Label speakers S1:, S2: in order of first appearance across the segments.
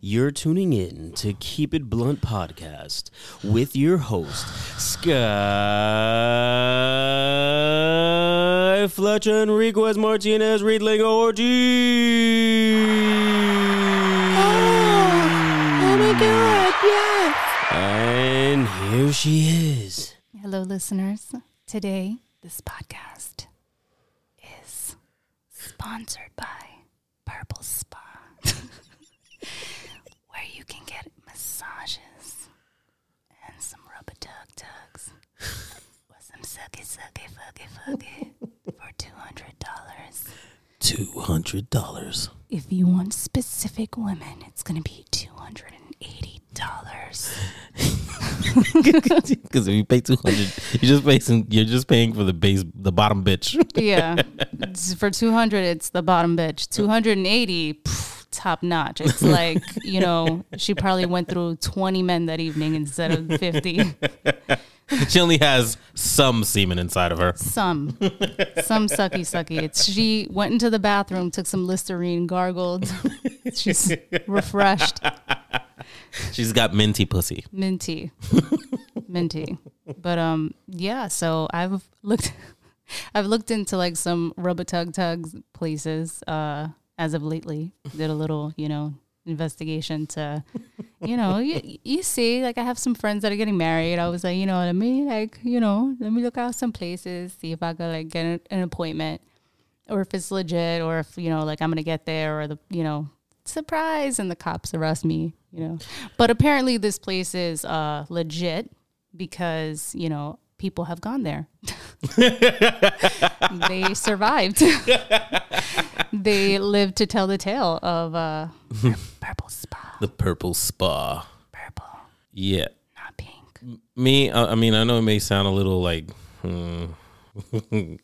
S1: You're tuning in to Keep It Blunt podcast with your host, Sky Fletcher Enriquez Martinez Riedlingo Ortiz.
S2: Oh, my god, yes!
S1: And here she is.
S2: Hello, listeners. Today, this podcast is sponsored by Purple Spa, where you can get massages and some rubber tug tugs with some sucky, sucky, fucky, fucky for $200.
S1: $200.
S2: If you want specific women, it's going to be $280.
S3: Because if you pay two hundred, you just pay some. You're just paying for the base, the bottom bitch.
S2: yeah. It's- for 200, it's the bottom bitch. 280, pff, top notch. It's like, you know, she probably went through 20 men that evening instead of 50.
S3: she only has some semen inside of her.
S2: Some. Some sucky sucky. It's she went into the bathroom, took some Listerine, gargled. She's refreshed.
S3: She's got minty pussy.
S2: Minty. Minty. But um yeah, so I've looked I've looked into like some rubber tug tugs places uh as of lately. Did a little, you know, investigation to you know, you, you see, like I have some friends that are getting married. I was like, you know what I mean? Like, you know, let me look out some places, see if I could like get an, an appointment or if it's legit or if, you know, like I'm going to get there or the, you know, surprise and the cops arrest me, you know. But apparently this place is uh, legit because, you know, people have gone there. they survived. they lived to tell the tale of uh, pur- Purple Spa.
S3: The purple spa.
S2: Purple.
S3: Yeah.
S2: Not pink.
S3: Me. I, I mean, I know it may sound a little like hmm,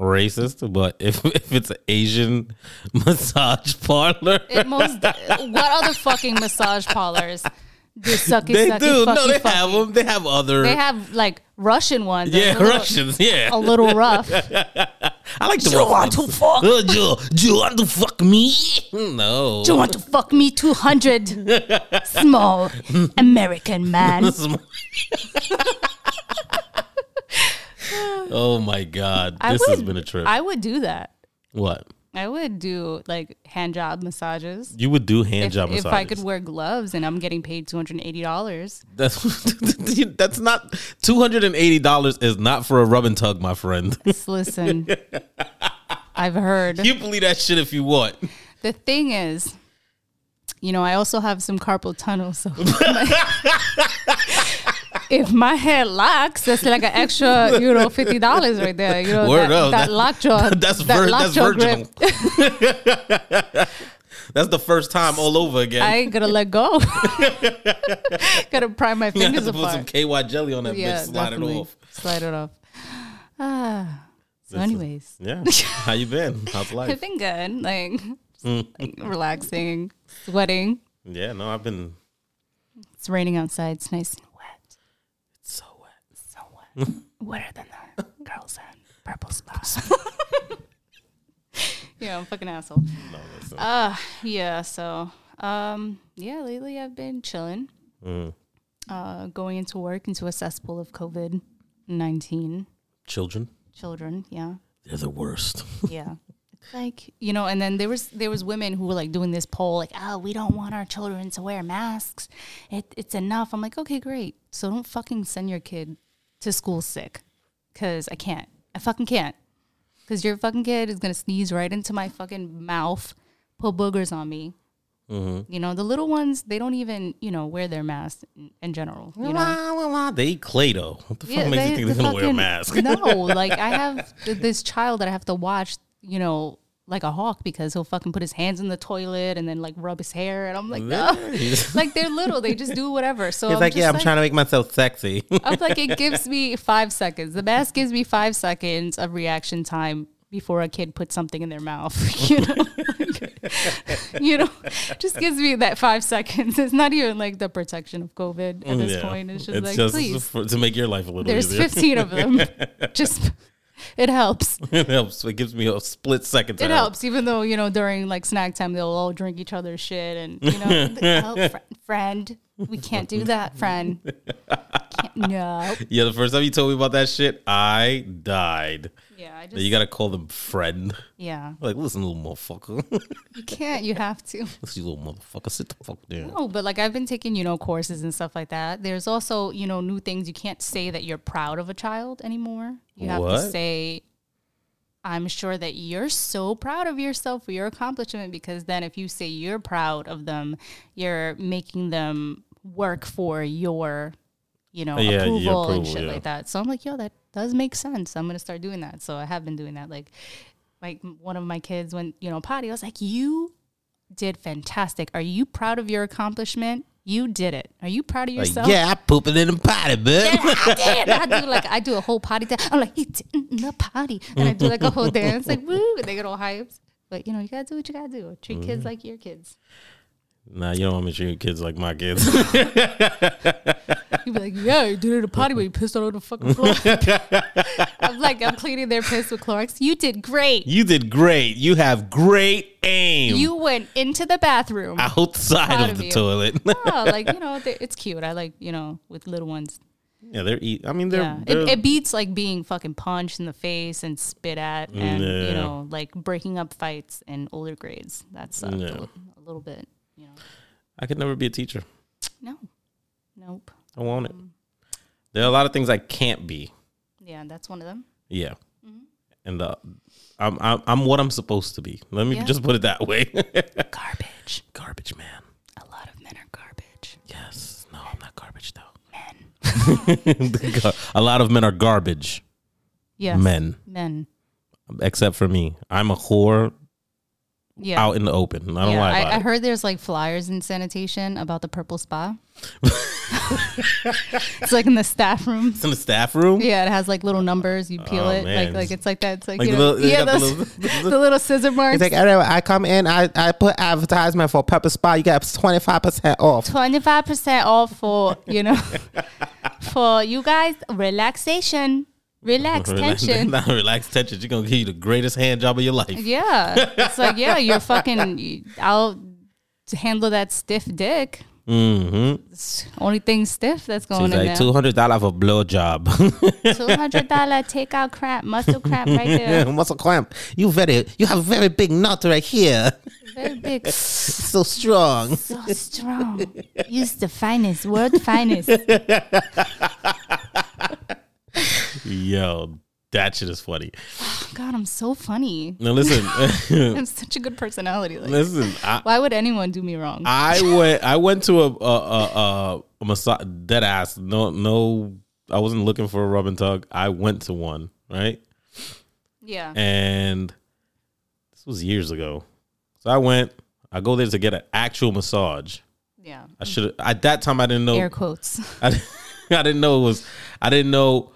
S3: racist, but if if it's an Asian massage parlor,
S2: It most. what other fucking massage parlors do sucky
S3: they
S2: sucky
S3: do.
S2: fucky
S3: No, they
S2: fucky?
S3: have them. They have other.
S2: They have like Russian ones. They're a
S3: yeah,
S2: little, Oh.
S3: Russians. Yeah.
S2: A little rough.
S3: I like the you want to fuck. do, you, do you want to fuck me? No.
S2: Do you want to fuck me? Two hundred small American man.
S3: oh my god,
S2: I
S3: this
S2: would,
S3: has been a trip.
S2: I would do that.
S3: what
S2: I would do like hand job massages.
S3: you would do hand
S2: If,
S3: job
S2: if
S3: massages?
S2: I could wear gloves and I'm getting paid two hundred and eighty dollars,
S3: That's that's not two hundred and eighty dollars is not for a rub and tug, my friend.
S2: listen. I've heard.
S3: you believe that shit if you want.
S2: The thing is, you know, I also have some carpal tunnel, so if my hair locks, that's like an extra, you know, fifty dollars right there. You know,
S3: Word
S2: that,
S3: up.
S2: that
S3: That-
S2: lockjaw,
S3: That's
S2: that
S3: vir- that's
S2: lockjaw grip,
S3: virginal. that's the first time all over again.
S2: I ain't gonna let go. Gotta pry my
S3: you have
S2: fingers
S3: to put some
S2: apart.
S3: KY jelly on that
S2: yeah,
S3: bitch, slide
S2: definitely.
S3: it off.
S2: Slide it off. Ah. So, anyways,
S3: Yeah. How you been? How's life? Mm.
S2: I've been good. Like, just, like relaxing, sweating.
S3: Yeah, no, I've been
S2: It's raining outside. It's nice and wet.
S3: so wet.
S2: So wet. Wetter than the girls in purple spa. yeah, I'm a fucking asshole.
S3: No, listen.
S2: Uh yeah, so um yeah, lately I've been chilling.
S3: Mm.
S2: Uh going into work into a cesspool of COVID nineteen
S3: Children,
S2: children, yeah.
S3: they're the worst.
S2: Yeah. It's Like you know, and then there was there was women who were like doing this poll, like, "Oh, we don't want our children to wear masks. It, it's enough." I'm like, "Okay, great. So don't fucking send your kid to school sick, because I can't. I fucking can't. Because your fucking kid is gonna sneeze right into my fucking mouth, put boogers on me. You know, the little ones they don't even you know wear their masks in, in general. You know,
S3: La, la, la. They eat clay though. What the fuck makes you think
S2: the
S3: they're gonna wear a
S2: fucking-
S3: mask?
S2: no, like I have th- this child that I have to watch, you know, like a hawk because he'll fucking put his hands in the toilet and then like rub his hair, and I'm like, no.
S3: He's
S2: like they're little, they just do whatever. So I'm
S3: like,
S2: just
S3: yeah, I'm trying to make myself sexy.
S2: I'm like, it gives me five seconds. The mask gives me five seconds of reaction time before a kid puts something in their mouth. You know, you know, just gives me that five seconds. It's not even like the protection of COVID at this
S3: Mm, Yeah.
S2: point. It's just like,
S3: just
S2: please.
S3: for- to make your life a little
S2: There's
S3: easier.
S2: 15 of them. Just It helps.
S3: it helps. It gives me a split second. To
S2: It helps, even though you know during like snack time they'll all drink each other's shit and you know, oh, fr- friend, we can't do that, friend. Can't, no.
S3: Yeah, the first time you told me about that shit, I died.
S2: Yeah, I just
S3: You gotta call them friend.
S2: yeah.
S3: Like, listen, little motherfucker.
S2: You can't. You have to.
S3: listen, you little motherfucker. Sit the fuck down.
S2: No, but like I've been taking you know courses and stuff like that. There's also you know new things. You can't say that you're proud of a child anymore. You have to
S3: What?
S2: say. I'm sure that you're so proud of yourself for your accomplishment because then if you say you're proud of them, you're making them work for your, you know,
S3: Yeah, your
S2: approval, and
S3: approval,
S2: shit
S3: yeah.
S2: like that. So I'm like, yo, that does make sense. I'm gonna start doing that. So I have been doing that. Like, like one of my kids went, you know, potty. I was like, you did fantastic. Are you proud of your accomplishment? You did it. Are you proud of
S3: Like,
S2: yourself?
S3: yeah, I pooping in the potty, man.
S2: I did. I do like I do a whole potty dance. I'm like, he did it in the potty. And I do like a whole dance, like woo, and they get all hyped. But you know, you gotta do what you gotta do. Treat
S3: Mm-hmm.
S2: kids like your kids.
S3: Nah, you don't want me to treat kids like my kids.
S2: You'd be like, Yeah, you did it in a potty but you pissed all over the fucking floor. I'm like, I'm cleaning their piss with Clorox. You did great.
S3: you did great. You have great aim.
S2: You went into the bathroom.
S3: outside
S2: Proud
S3: of
S2: of
S3: the
S2: you.
S3: toilet.
S2: Oh, like, you know, they- it's cute. I like, you know, with little ones.
S3: yeah, they're eat. I mean, they're.
S2: Yeah,
S3: they're
S2: it, it beats like being fucking punched in the face and spit at, and
S3: Mm, Yeah.
S2: you know, like breaking up fights in older grades. That sucked
S3: Yeah.
S2: a, li- a little bit. You know,
S3: I could never be a teacher.
S2: no, nope.
S3: I want it. There are a lot of things I can't be.
S2: Yeah, that's one of them.
S3: Yeah.
S2: Mm-hmm.
S3: And the, I'm, I'm I'm what I'm supposed to be. Let me
S2: Yeah.
S3: just put it that way.
S2: Garbage.
S3: garbage man.
S2: A lot of men are garbage.
S3: Yes. No, I'm not garbage though. Men. a lot of men are garbage
S2: Yes,
S3: men,
S2: Men.
S3: except for me. I'm a whore
S2: Yeah.
S3: out in the open. I don't
S2: yeah,
S3: lie
S2: I,
S3: about
S2: I
S3: it.
S2: heard there's like flyers in sanitation about the purple spa. it's like in the staff room.
S3: It's in the staff room.
S2: Yeah, it has like little numbers. You peel
S3: Oh,
S2: it,
S3: man.
S2: like like it's like that. It's like,
S3: Like
S2: you
S3: the
S2: know,
S3: little- they
S2: yeah,
S3: got the
S2: those,
S3: little-
S2: the little scissor marks.
S4: It's like, I, I come in, I, I put advertisement for Pepper Spa, you get 25% off.
S2: twenty five percent off for you know for you guys relaxation, relax
S3: Relax-
S2: tension.
S3: Nah, relax tension. She's gonna give you the greatest hand job of your life.
S2: Yeah, it's like yeah, you're fucking. I'll handle that stiff dick.
S3: Mm-hmm.
S2: It's only thing stiff that's
S3: She's
S2: going in
S3: like two hundred dollar for blow job.
S2: there. Two hundred dollar takeout cramp, muscle cramp right there.
S4: Muscle cramp. You very, you have very big nut right here.
S2: Very big,
S4: So
S2: so
S4: strong.
S2: strong. Use the finest, world finest.
S3: Yo, that shit is funny.
S2: God, I'm so funny.
S3: Now listen,
S2: I'm such a good personality. Like,
S3: listen. Ah. I,
S2: why would anyone do me wrong?
S3: I went. I went to a a a, a, a massage. Dead ass. No, no. I wasn't looking for a rub and tug. I went to one. Right.
S2: Yeah.
S3: and this was years ago. So I went. I go there to get an actual massage.
S2: Yeah.
S3: I should at that time I didn't know.
S2: Air quotes.
S3: I, I didn't know it was. I didn't know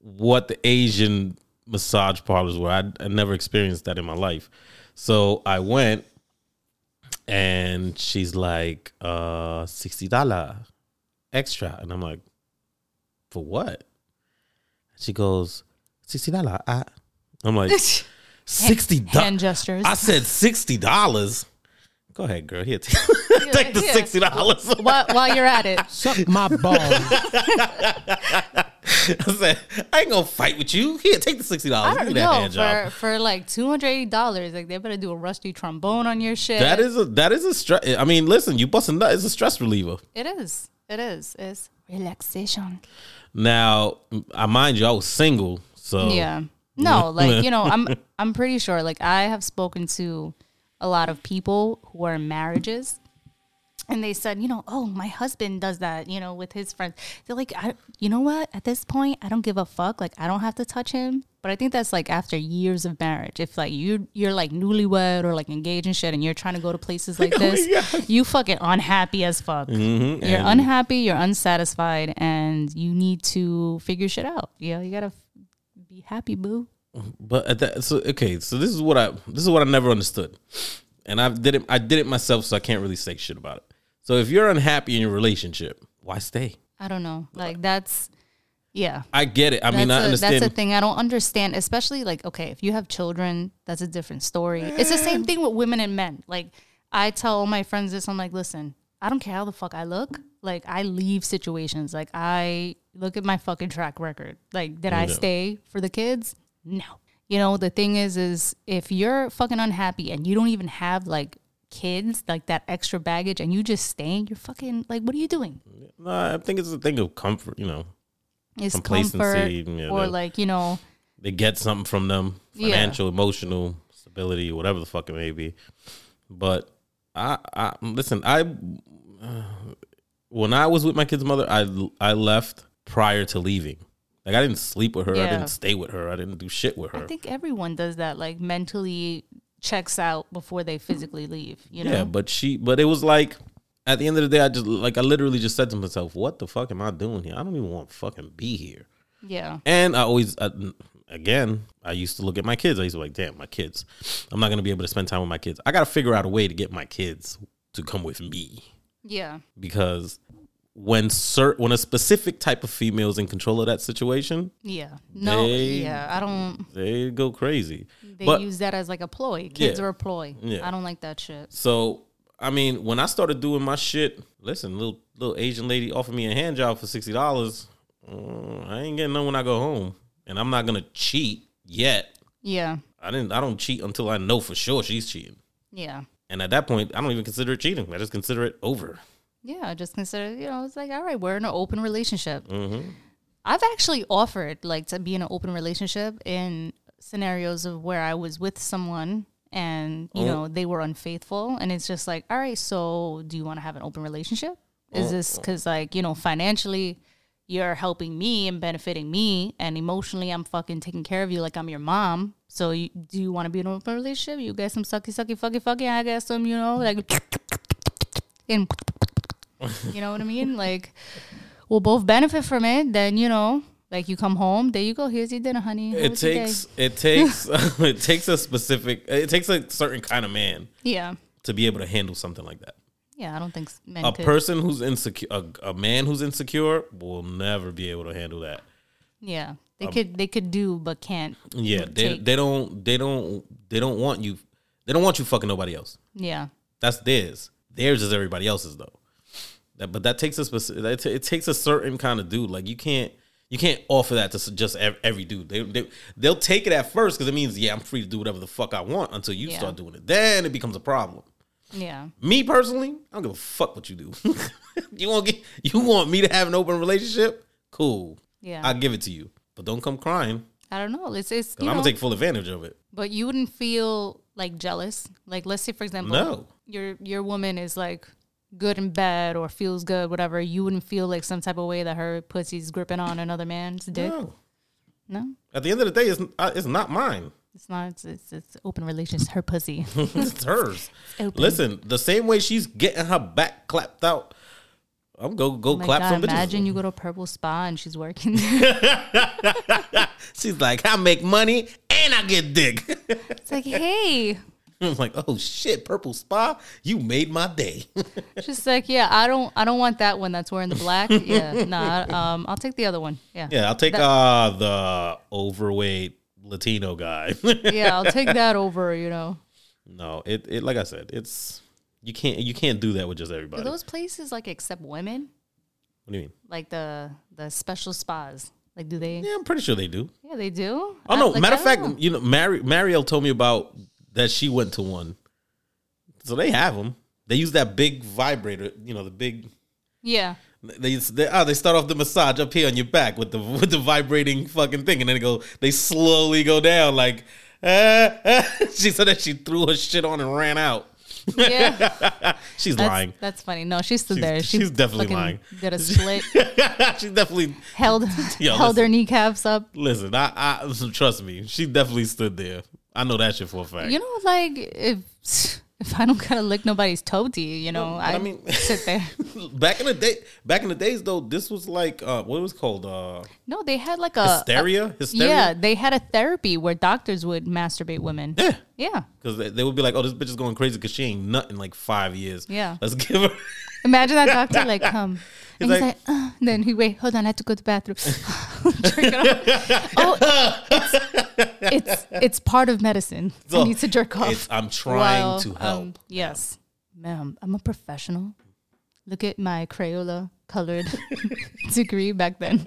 S3: what the Asian massage parlors were. I, I never experienced that in my life. So I went, and she's like, uh, sixty dollar extra, and I'm like, for what? She goes, sixty dollar. I'm like, sixty
S2: Hand
S3: dollars.
S2: gestures.
S3: I said sixty dollars. Go ahead, girl. Here, t- take the
S2: Yeah.
S3: sixty dollars.
S2: while, while you're at it.
S4: Suck my balls.
S3: I said, I ain't gonna fight with you. Here, take the
S2: I
S3: sixty dollars. Give
S2: don't
S3: me that
S2: know
S3: hand job.
S2: for, for like two hundred eighty dollars, like they better do a rusty trombone on your shit.
S3: That is a that is a stress. I mean, listen, you busting nut is a stress reliever.
S2: it is it is it's relaxation.
S3: Now, I mind you, I was single, so
S2: Yeah, no, like you know, I'm I'm pretty sure. Like I have spoken to a lot of people who are in marriages, and they said, you know, oh, my husband does that, you know, with his friends. They're like, I, you know what? At this point, I don't give a fuck. Like, I don't have to touch him. But I think that's like after years of marriage. If like you you're like newlywed or like engaged and shit, and you're trying to go to places like this, you fucking unhappy as fuck. You're unhappy. You're unsatisfied, and you need to figure shit out. Yeah, you gotta f- be happy, boo.
S3: But at that, so okay, so this is what I this is what I never understood, and I did it. I did it myself, so I can't really say shit about it. So if you're unhappy in your relationship, why stay?
S2: I don't know. Like that's Yeah.
S3: I get it. I mean,
S2: that's
S3: I
S2: a-
S3: understand.
S2: That's a thing I don't understand, especially like okay, if you have children, that's a different story. It's the same thing with women and men. Like I tell all my friends this, I'm like, listen, I don't care how the fuck I look. Like I leave situations. Like I look at my fucking track record. Like did I stay for the kids? No. You know the thing is, is if you're fucking unhappy and you don't even have like kids, like that extra baggage, and you just staying, you're fucking like, what are you doing?
S3: no, I think it's a thing of comfort. You know,
S2: It's comfort
S3: Complacency, yeah,
S2: or
S3: that-
S2: like you know.
S3: they get something from them
S2: Yeah.
S3: financial, emotional stability, whatever the fuck it may be. But I, I listen. I when I was with my kid's mother, I I left prior to leaving. Like I didn't sleep with her. I
S2: Yeah.
S3: didn't stay with her. I didn't do shit with her.
S2: I think everyone does that, like mentally checks out before they physically leave. You know,
S3: Yeah, but she, but it was like at the end of the day, I just like I literally just said to myself, "What the fuck am I doing here? I don't even want to fucking be here."
S2: yeah,
S3: And I always, I, again, I used to look at my kids. I used to be like, "Damn, my kids, I'm not gonna be able to spend time with my kids. I gotta figure out a way to get my kids to come with me
S2: yeah,
S3: because when cer- when a specific type of female is in control of that situation,
S2: yeah. No,
S3: They-
S2: yeah, I don't.
S3: they go crazy."
S2: They
S3: but
S2: use that as like a ploy. Kids
S3: Yeah.
S2: are a ploy.
S3: Yeah.
S2: I don't like that shit.
S3: So I mean, when I started doing my shit, listen, little little Asian lady offered me a hand job for sixty dollars. Mm, I ain't getting none when I go home, and I'm not gonna cheat yet.
S2: Yeah,
S3: I didn't. I don't cheat until I know for sure she's cheating.
S2: yeah,
S3: And at that point, I don't even consider it cheating. I just consider it over.
S2: yeah. I Just consider, you know, it's like, all right, we're in an open relationship. I've actually offered like to be in an open relationship in scenarios of where I was with someone and you know they were unfaithful and it's just like all right so do you want to have an open relationship is this cuz like you know financially you're helping me and benefiting me and emotionally I'm fucking taking care of you like I'm your mom so you, do you want to be in an open relationship you get some sucky sucky fucky fucky I get some you know like and you know what I mean like we'll both benefit from it then you know like you come home there you go here's your dinner honey How
S3: It
S2: was your day?
S3: takes. It takes. it takes a specific. It takes a certain kind of man
S2: yeah
S3: to be able to handle something like that.
S2: yeah I don't think s- men
S3: A
S2: could
S3: person who's insecure, a, a man who's insecure, will never be able to handle that.
S2: Yeah, they could they could do but can't.
S3: Yeah, they
S2: take-
S3: they don't they don't they don't want you they don't want you fucking nobody else.
S2: Yeah,
S3: That's theirs. Theirs is everybody else's though. That, but that takes a specific. That ta- it takes a certain kind of dude. Like you can't you can't offer that to s- just ev- every dude. They, they they'll take it at first because it means yeah I'm free to do whatever the fuck I want until you
S2: Yeah.
S3: start doing it. Then it becomes a problem.
S2: yeah,
S3: Me personally, I don't give a fuck what you do. you want get you want me to have an open relationship? Cool.
S2: yeah.
S3: I give it to you, but don't come crying.
S2: I, don't know. It's it's
S3: 'cause
S2: you
S3: I'm
S2: know,
S3: gonna take full advantage of it.
S2: but you wouldn't feel like jealous. Like let's say for example,
S3: No.
S2: your your woman is like good in bed or feels good, whatever. You wouldn't feel like some type of way that her pussy's gripping on another man's dick.
S3: No.
S2: No,
S3: At the end of the day, it's uh, it's not mine.
S2: it's not. It's it's, it's open relations. Her pussy.
S3: it's hers.
S2: open.
S3: Listen, the same way she's getting her back clapped out, I'm go go
S2: My
S3: clap
S2: God,
S3: some bitches.
S2: imagine you go to a purple spa and she's working.
S3: She's like, I make money and I get dick.
S2: it's like, hey,
S3: I'm like, oh shit, purple spa, you made my day.
S2: just like, yeah, I don't, I don't want that one. That's wearing the black. Yeah, nah, I- um, I'll take the other one. Yeah,
S3: yeah, I'll take uh the overweight Latino guy.
S2: yeah, I'll take that over, you know.
S3: no, it, it like I said, it's you can't you can't do that with just
S2: Do
S3: everybody.
S2: those places like accept women?
S3: what do you mean?
S2: Like the the special spas. Like do they
S3: Yeah, I'm pretty sure they do.
S2: Yeah, they do.
S3: Oh no!
S2: Like,
S3: matter
S2: I
S3: of fact,
S2: don't know.
S3: you know, Mari- Mariel told me about that she went to one. So they have them. They use that big vibrator. You know, the big.
S2: Yeah.
S3: They they, oh, they start off the massage up here on your back with the with the vibrating fucking thing, and then they go. They slowly go down like. ah, ah. She said that she threw her shit on and ran out.
S2: Yeah. That's,
S3: She's lying.
S2: that's funny. No, she's still
S3: She's-
S2: there. She
S3: she's definitely
S2: fucking
S3: lying.
S2: Did a split,
S3: She's definitely
S2: held
S3: Yo,
S2: held her kneecaps up.
S3: listen. I, I trust me. She definitely stood there. I know that shit for a fact.
S2: You know, like if if I don't gotta lick nobody's toady, you know, I,
S3: I mean-
S2: sit there.
S3: back in the day, back in the days though, this was like uh, what it was called uh,
S2: No, they had like a
S3: hysteria. Hysteria.
S2: uh, Yeah, they had a therapy where doctors would masturbate women. Yeah. Yeah.
S3: Because they, they would be like, "Oh, this bitch is going crazy because she ain't nut in like five years."
S2: Yeah.
S3: let's give her.
S2: Imagine that doctor like come. and
S3: He's
S2: he's like,
S3: like-
S2: "Uh," then he wait, hold on, I have to go to the bathroom. jerk it off. Oh, it's, it's it's part of medicine. I need to jerk off.
S3: It's, I'm trying
S2: while,
S3: to
S2: um,
S3: help.
S2: yes, ma'am. I'm a professional. Look at my Crayola colored degree back then.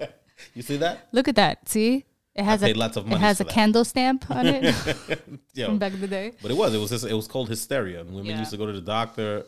S3: you see that?
S2: Look at that. See, it has a
S3: paid lots of
S2: it
S3: money
S2: has
S3: for
S2: a
S3: that.
S2: candle stamp on it
S3: Yeah.
S2: from back in the day.
S3: But it was. It was. Just, it was called hysteria, and women
S2: Yeah.
S3: used to go to the doctor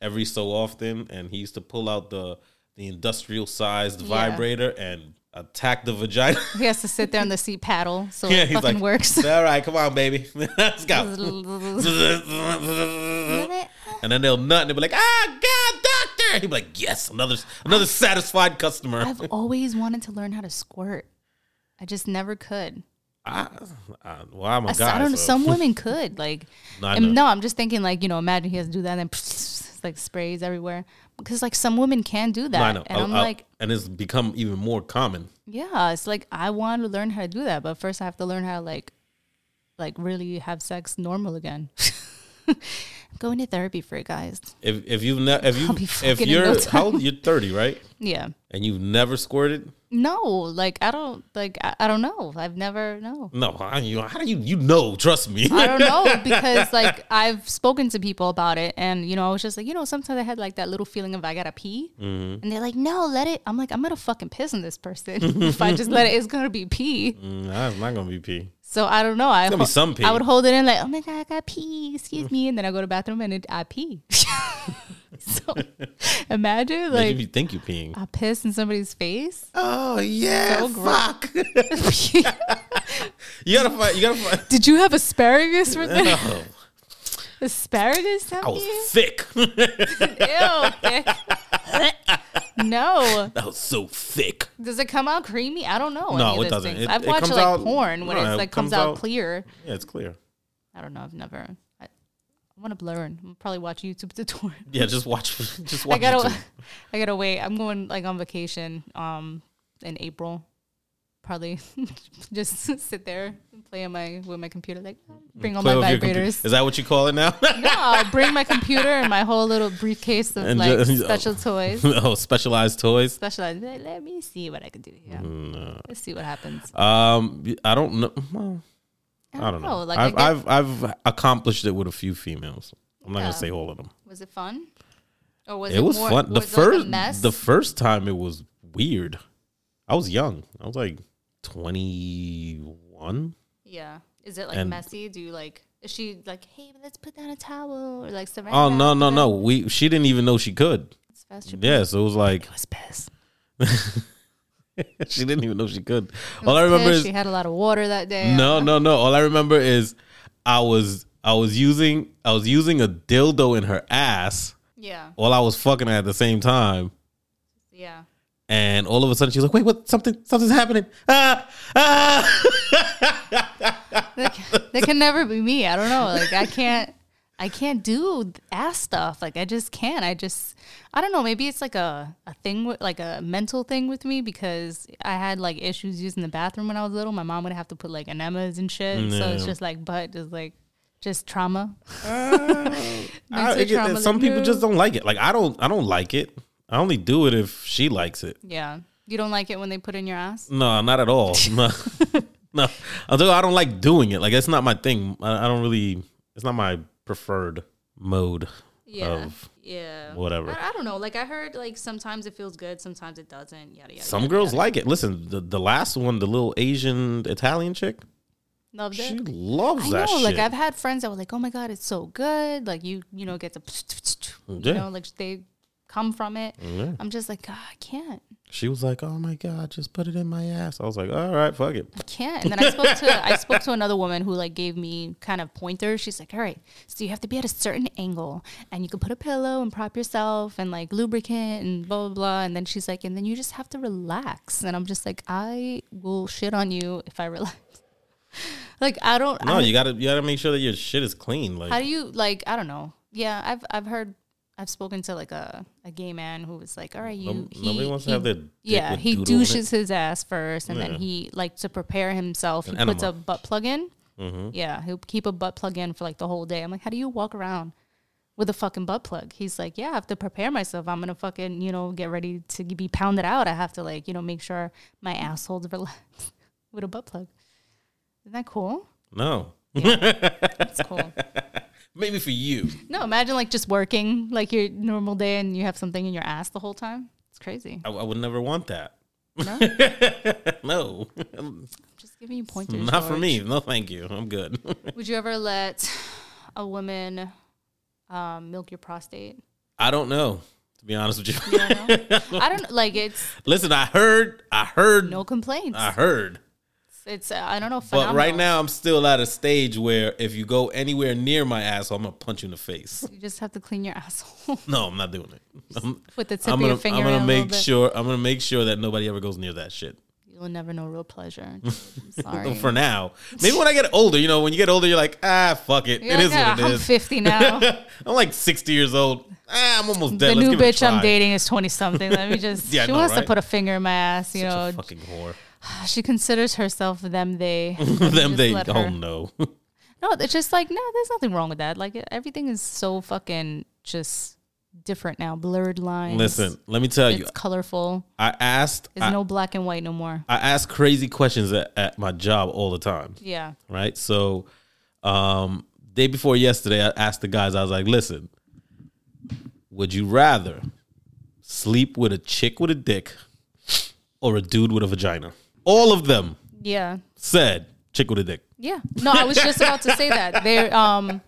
S3: every so often, and he used to pull out the the industrial sized
S2: Yeah.
S3: vibrator and attack the vagina.
S2: He has to sit there on the seat paddle, so
S3: yeah,
S2: it
S3: he's
S2: fucking
S3: like,
S2: works.
S3: All right, come on, baby, let's go.
S2: Damn it.
S3: and then they'll nut, and they'll be like, "Ah, God, doctor!" He'll be like, "Yes, another another satisfied customer."
S2: I've always wanted to learn how to squirt. I just never could.
S3: I, I, well, I'm a
S2: I, s-
S3: guy.
S2: I don't know.
S3: so-
S2: Some women could like.
S3: No, I
S2: and
S3: know.
S2: no, I'm just thinking like you know. Imagine he has to do that and it's like sprays everywhere because like some women can do that,
S3: No, I know.
S2: and
S3: I-
S2: I'm
S3: I-
S2: like,
S3: and it's become even more common.
S2: yeah, it's like I want to learn how to do that, but first I have to learn how to like, like really have sex normal again. Going to therapy for it, guys.
S3: If if you've ne- if
S2: I'll be
S3: you if
S2: fucking in
S3: you're
S2: no time.
S3: how old- you're 30, right?
S2: Yeah.
S3: And you've never squirted?
S2: No, like I don't like I, I don't know. I've never no.
S3: No, how you how do you you know? Trust me.
S2: I don't know because like I've spoken to people about it, and you know I was just like, you know, sometimes I had like that little feeling of I gotta pee,
S3: Mm-hmm.
S2: and they're like, no, let it. I'm like, I'm gonna fucking piss on this person if I just let it. It's gonna be pee.
S3: Nah, it's not gonna be pee.
S2: So I don't know. I
S3: Mm. gonna be
S2: ho-
S3: some pee.
S2: I would hold it in like, oh my god, I got pee. Excuse me, and then I go to the bathroom and it, I pee. so imagine
S3: Like,
S2: like
S3: you think you're peeing.
S2: I piss in somebody's face.
S4: Oh yeah,
S2: So gross.
S4: fuck.
S3: You gotta find. You gotta find.
S2: Did you have asparagus for dinner?
S3: Oh,
S2: asparagus?
S3: I
S2: down
S3: was
S2: here?
S3: thick.
S2: Ew. Nick. no.
S3: I was so thick.
S2: Does it come out creamy? I don't know.
S3: No,
S2: any of those
S3: it doesn't.
S2: things.
S3: It-
S2: I've
S3: it
S2: watched
S3: comes
S2: like
S3: out-
S2: porn when
S3: no,
S2: it's
S3: it
S2: like comes,
S3: comes
S2: out,
S3: out-
S2: clear.
S3: Yeah, it's clear.
S2: I don't know. I've never. I, I want to learn. I'll probably watch YouTube tutorial.
S3: Yeah, just watch. Just watch.
S2: I gotta.
S3: YouTube.
S2: I gotta wait. I'm going like on vacation. Um, in April, probably just sit there and play on my with my computer. Like bring all
S3: Play
S2: my
S3: with your computer.
S2: vibrators.
S3: Is that what you call it now?
S2: No, I'll bring my computer and my whole little briefcase of
S3: And
S2: like
S3: just-
S2: special toys.
S3: oh, specialized toys.
S2: specialized. Let, let me see what I can do here.
S3: Mm,
S2: Let's see what happens.
S3: Um, I don't know. Well, I don't, know.
S2: Like, i
S3: I've,
S2: get-
S3: I've I've accomplished it with a few females. I'm not
S2: Yeah.
S3: gonna say all of them.
S2: was it fun? Or was it,
S3: it was
S2: more,
S3: fun. The
S2: was it like a
S3: first
S2: mess?
S3: the first time it was weird. I was young. I was like 21.
S2: yeah. Is it like
S3: and-
S2: messy? Do you like? Is she like, hey, let's put down a towel or like surround?
S3: Oh no, no, no. We she didn't even know she could.
S2: It's fast. It
S3: Yeah, so it was like
S2: was piss.
S3: she didn't even know she could.
S2: It
S3: All I
S2: was
S3: remember
S2: piss.
S3: is
S2: she had a lot of water that day.
S3: no, no, no. All I remember is I was I was using I was using a dildo in her ass
S2: Yeah,
S3: while I was fucking her at the same time.
S2: yeah.
S3: And all of a sudden she's like, "Wait, what? Something something's happening." Ah! Ah!
S2: That can, that can never be me. I don't know. Like I can't. I can't do ass stuff. Like I just can't. I just. I don't know. Maybe it's like a a thing with like a mental thing with me because I had like issues using the bathroom when I was little. My mom would have to put like enemas and shit. So it's
S3: Yeah.
S2: just like butt is like just trauma.
S3: I-
S2: Mental
S3: it- it-
S2: trauma,
S3: some
S2: like,
S3: people
S2: no.
S3: just don't like it. Like I don't, I don't like it. I only do it if she likes it.
S2: Yeah. You don't like it when they put in your ass.
S3: No, not at all. No, no. Although I don't like doing it. Like it's not my thing. I, I don't really. It's not my preferred mode.
S2: Yeah.
S3: Of
S2: yeah.
S3: whatever.
S2: I, I don't know. Like I heard like sometimes it feels good, sometimes it doesn't. Yada yada.
S3: some
S2: yada,
S3: girls
S2: yada.
S3: like it. Listen, the, the last one, the little Asian Italian chick,
S2: loved it.
S3: she loves
S2: I know,
S3: that shit.
S2: like I've had friends that were like, "Oh my god, it's so good!" Like you, you know, get to, you
S3: Yeah.
S2: know, like they come from it. I'm just like, "God, I can't,
S3: she was like, "Oh my god, just put it in my ass." I was like, "All right, fuck it."
S2: I can't." And then I spoke to I spoke to another woman who like gave me kind of pointers. She's like, "All right, so you have to be at a certain angle, and you can put a pillow and prop yourself, and like lubricant and blah blah blah." And then she's like, "And then you just have to relax." And I'm just like, "I will shit on you if I relax." like I don't.
S3: No,
S2: I,
S3: you gotta you gotta make sure that your shit is clean. Like
S2: How do you like? I don't know. Yeah, I've I've heard. I've spoken to like a, a gay man who was like, "All right, you."
S3: Nob- nobody wants to have their dick
S2: yeah.
S3: with
S2: He
S3: doodle in it.
S2: douches his ass first, and
S3: Yeah.
S2: then he like to prepare himself. he
S3: An Mm-hmm.
S2: puts
S3: enema.
S2: a butt plug in. Yeah, he'll keep a butt plug in for like the whole day. I'm like, how do you walk around with a fucking butt plug. He's like, yeah, I have to prepare myself. I'm gonna fucking you know get ready to be pounded out. I have to like you know make sure my asshole's relaxed with a butt plug. Isn't that cool?
S3: No.
S2: That's cool.
S3: Maybe for you.
S2: No, imagine like just working like your normal day and you have something in your ass the whole time. It's crazy.
S3: I, I would never want that.
S2: No?
S3: no.
S2: Just giving you pointers.
S3: Not for
S2: George.
S3: me. No, thank you. I'm good.
S2: Would you ever let a woman um, milk your prostate?
S3: I don't know, to be honest with you.
S2: I don't know. I don't like it's
S3: Listen, I heard, I heard,
S2: no complaints.
S3: I heard.
S2: It's uh, I don't know.
S3: Ah. But
S2: Phenomenal.
S3: right now, I'm still at a stage where if you go anywhere near my asshole, I'm gonna punch you in the face.
S2: you just have to clean your asshole
S3: No, I'm not doing it. I'm,
S2: with the tip
S3: I'm
S2: of
S3: gonna,
S2: your
S3: I'm
S2: finger.
S3: gonna
S2: in a little
S3: make
S2: bit.
S3: sure, I'm gonna make sure that nobody ever goes near that shit.
S2: you'll never know real pleasure. George. I'm sorry.
S3: For now, maybe when I get older, you know, when you get older, you're like, ah, fuck it,
S2: You're
S3: it is
S2: like, "Ah,
S3: what
S2: I'm
S3: it is.
S2: 50 now.
S3: I'm like 60 years old. Ah, I'm almost dead.
S2: the
S3: Let's
S2: new
S3: give it a
S2: bitch I'm
S3: try.
S2: dating is 20 something. Let me just.
S3: Yeah, I
S2: she
S3: know,
S2: wants
S3: right?
S2: to put a finger in my ass. You
S3: Such a
S2: know,
S3: fucking whore.
S2: she considers herself them they.
S3: Them
S2: Just
S3: they
S2: let her.
S3: don't know.
S2: No, it's just like no, there's nothing wrong with that. Like e, everything is so fucking just different now. Blurred lines.
S3: Listen, let me tell
S2: it's
S3: you.
S2: colorful.
S3: I asked,
S2: There's
S3: I,
S2: no black and white no more.
S3: I ask crazy questions at, at my job all the time.
S2: Yeah.
S3: right? So, um, day before yesterday, I asked the guys. I was like, "Listen, would you rather sleep with a chick with a dick or a dude with a vagina?" All of them
S2: Yeah.
S3: said chick with a dick.
S2: Yeah. No, I was just about to say that. They're um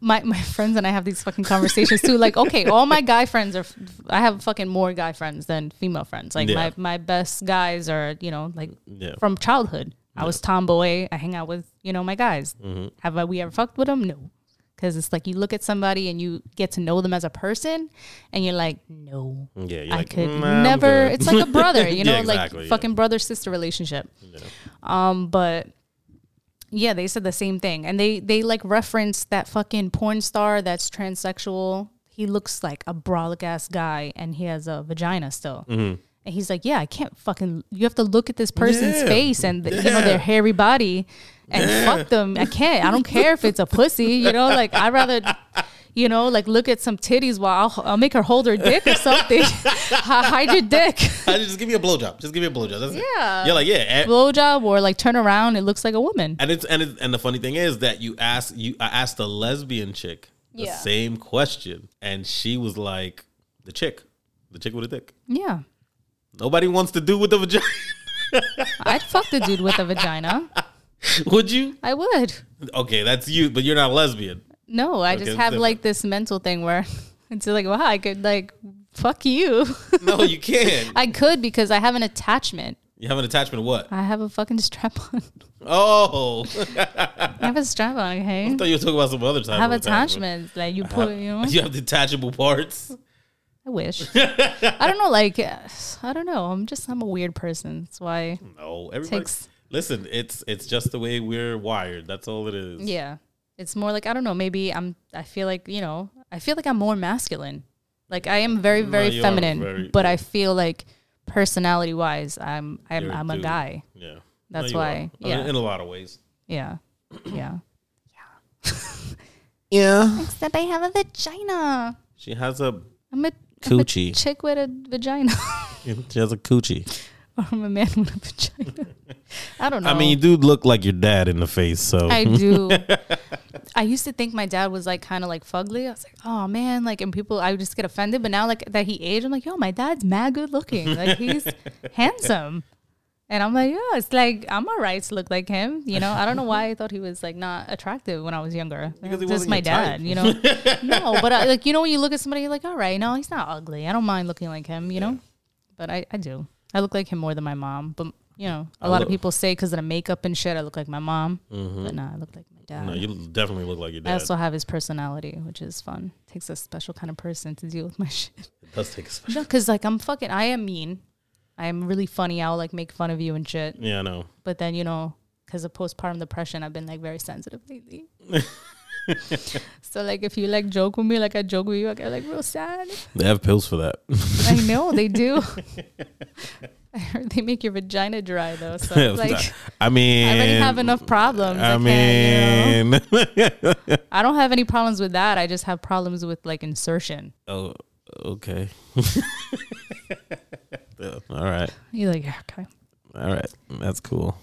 S2: my my friends and I have these fucking conversations too. Like, okay, all my guy friends are f- I have fucking more guy friends than female friends. Like
S3: Yeah.
S2: my my best guys are, you know, like
S3: Yeah.
S2: from childhood. I was tomboy. I hang out with, you know, my guys.
S3: Mm-hmm.
S2: Have I, we ever fucked with them? No. Cuz it's like you look at somebody and you get to know them as a person and you're like, "No."
S3: Yeah, you're
S2: I
S3: like,
S2: could
S3: "Mm, I'm
S2: never.
S3: good."
S2: It's like a brother, you know,
S3: Yeah,
S2: like
S3: exactly, yeah.
S2: fucking brother sister relationship. Um, but yeah, they said the same thing, and they they like referenced that fucking porn star that's transsexual. He looks like a brolic ass guy, and he has a vagina still.
S3: Mm-hmm.
S2: And he's like, yeah, I can't fucking. You have to look at this person's
S3: Yeah.
S2: face and you know their hairy body, and fuck them. I can't. I don't care if it's a pussy. You know, like I would rather. You know, like look at some titties while I'll, I'll make her hold her dick or something. Hi- Hide your dick.
S3: just give me a blowjob. Just give me a blowjob. That's
S2: Yeah.
S3: it. You're like, yeah. and-
S2: blowjob or like turn around, it looks like a woman.
S3: And it's and it's, and the funny thing is that you asked you I asked a lesbian chick the
S2: Yeah.
S3: same question, and she was like, "The chick, the chick with a dick.
S2: Yeah.
S3: Nobody wants to do with the vagina.
S2: I'd fuck the dude with a vagina.
S3: Would you?
S2: I would.
S3: Okay, that's you, but you're not a lesbian.
S2: No, I
S3: Okay,
S2: just have
S3: then-
S2: like this mental thing where it's like, wow, I could like fuck you.
S3: No, you can't.
S2: I could because I have an attachment.
S3: You have an attachment to what?
S2: I have a fucking strap on.
S3: Oh, I
S2: I have a strap on, okay?
S3: thought you were talking about some other type.
S2: I have
S3: of attachment.
S2: attachments. Like you put, you know?
S3: You have detachable parts.
S2: I wish. I don't know, like, I don't know. I'm just, I'm a weird person. That's why,
S3: No, everybody.
S2: Takes-
S3: Listen, it's it's just the way we're wired. That's all it is.
S2: yeah. It's more like, I don't know, maybe I'm, I feel like, you know, I feel like I'm more masculine. Like I am very, very
S3: Mm, you are
S2: feminine,
S3: very-
S2: but I feel like personality wise, I'm, I'm,
S3: You're
S2: I'm a
S3: dude.
S2: guy.
S3: Yeah.
S2: That's
S3: you
S2: why,
S3: are.
S2: yeah.
S3: In a lot of ways.
S2: Yeah. Yeah.
S4: Yeah.
S2: Except I have a vagina.
S3: She has a
S2: I'm a I'm a
S3: Coochie.
S2: chick with a vagina.
S3: she has a coochie.
S2: or I'm a man with a vagina. I don't know.
S3: I mean, you do look like your dad in the face,
S2: Oh.
S3: so
S2: I do. I used to think my dad was like kind of like fugly. I was like, oh man, like, and people, I would just get offended. But now, like, that he aged, I'm like, yo, my dad's mad good looking. Like, he's handsome. And I'm like, yeah, it's like, I'm all right to look like him. You know, I don't know why I thought he was like not attractive when I was younger.
S3: Because he
S2: Just
S3: wasn't
S2: my
S3: your
S2: dad,
S3: type.
S2: you know? no, but I, like, you know, when you look at somebody, you're like, all right, no, he's not ugly. I don't mind looking like him, you know? But I, I do. I look like him more than my mom. But, you know, a lot of
S3: look-
S2: people say because of the makeup and shit, I look like my mom. But nah, I look like my dad.
S3: no, you definitely look like your
S2: I
S3: dad.
S2: also have his personality, which is fun. takes a special kind of person to deal with my shit.
S3: it does take a special.
S2: No, because like I'm fucking, I am mean. I am really funny. I'll like make fun of you and shit.
S3: Yeah, I know.
S2: But then you know, because of postpartum depression, I've been like very sensitive lately. so like, if you like joke with me, like I joke with you, I get like real sad.
S3: They have pills for that.
S2: I know they do. I heard they make your vagina dry though. So
S3: Yeah,
S2: it's like
S3: I mean,
S2: I already have enough problems. I,
S3: I
S2: can't, you know?
S3: mean,
S2: I don't have any problems with that. I just have problems with like insertion.
S3: oh, okay. all right,
S2: You're like, yeah, okay.
S3: all right, that's cool.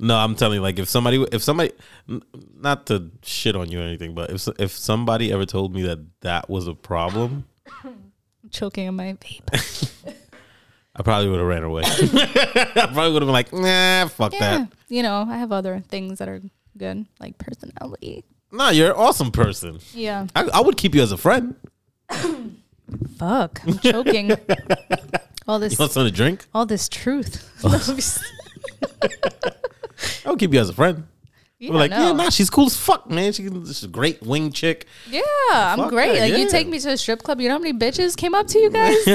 S3: no, I'm telling you, like, if somebody, if somebody, n- not to shit on you or anything, but if if somebody ever told me that that was a problem,
S2: I'm choking on my vape.
S3: I probably would have ran away. I probably would have been like, nah, fuck
S2: Yeah.
S3: that.
S2: You know, I have other things that are good, like personality.
S3: No, you're an awesome person.
S2: Yeah.
S3: I, I would keep you as a friend.
S2: Fuck. I'm choking. all this
S3: You want something to drink?
S2: all this truth.
S3: I would keep you as a friend.
S2: yeah,
S3: I'm like,
S2: no.
S3: yeah, nah, she's cool as fuck, man. She can, she's a great wing chick.
S2: Yeah, I'm
S3: Fuck
S2: great.
S3: that,
S2: like
S3: yeah.
S2: you take me to a strip club. You know how many bitches came up to you guys? you
S3: I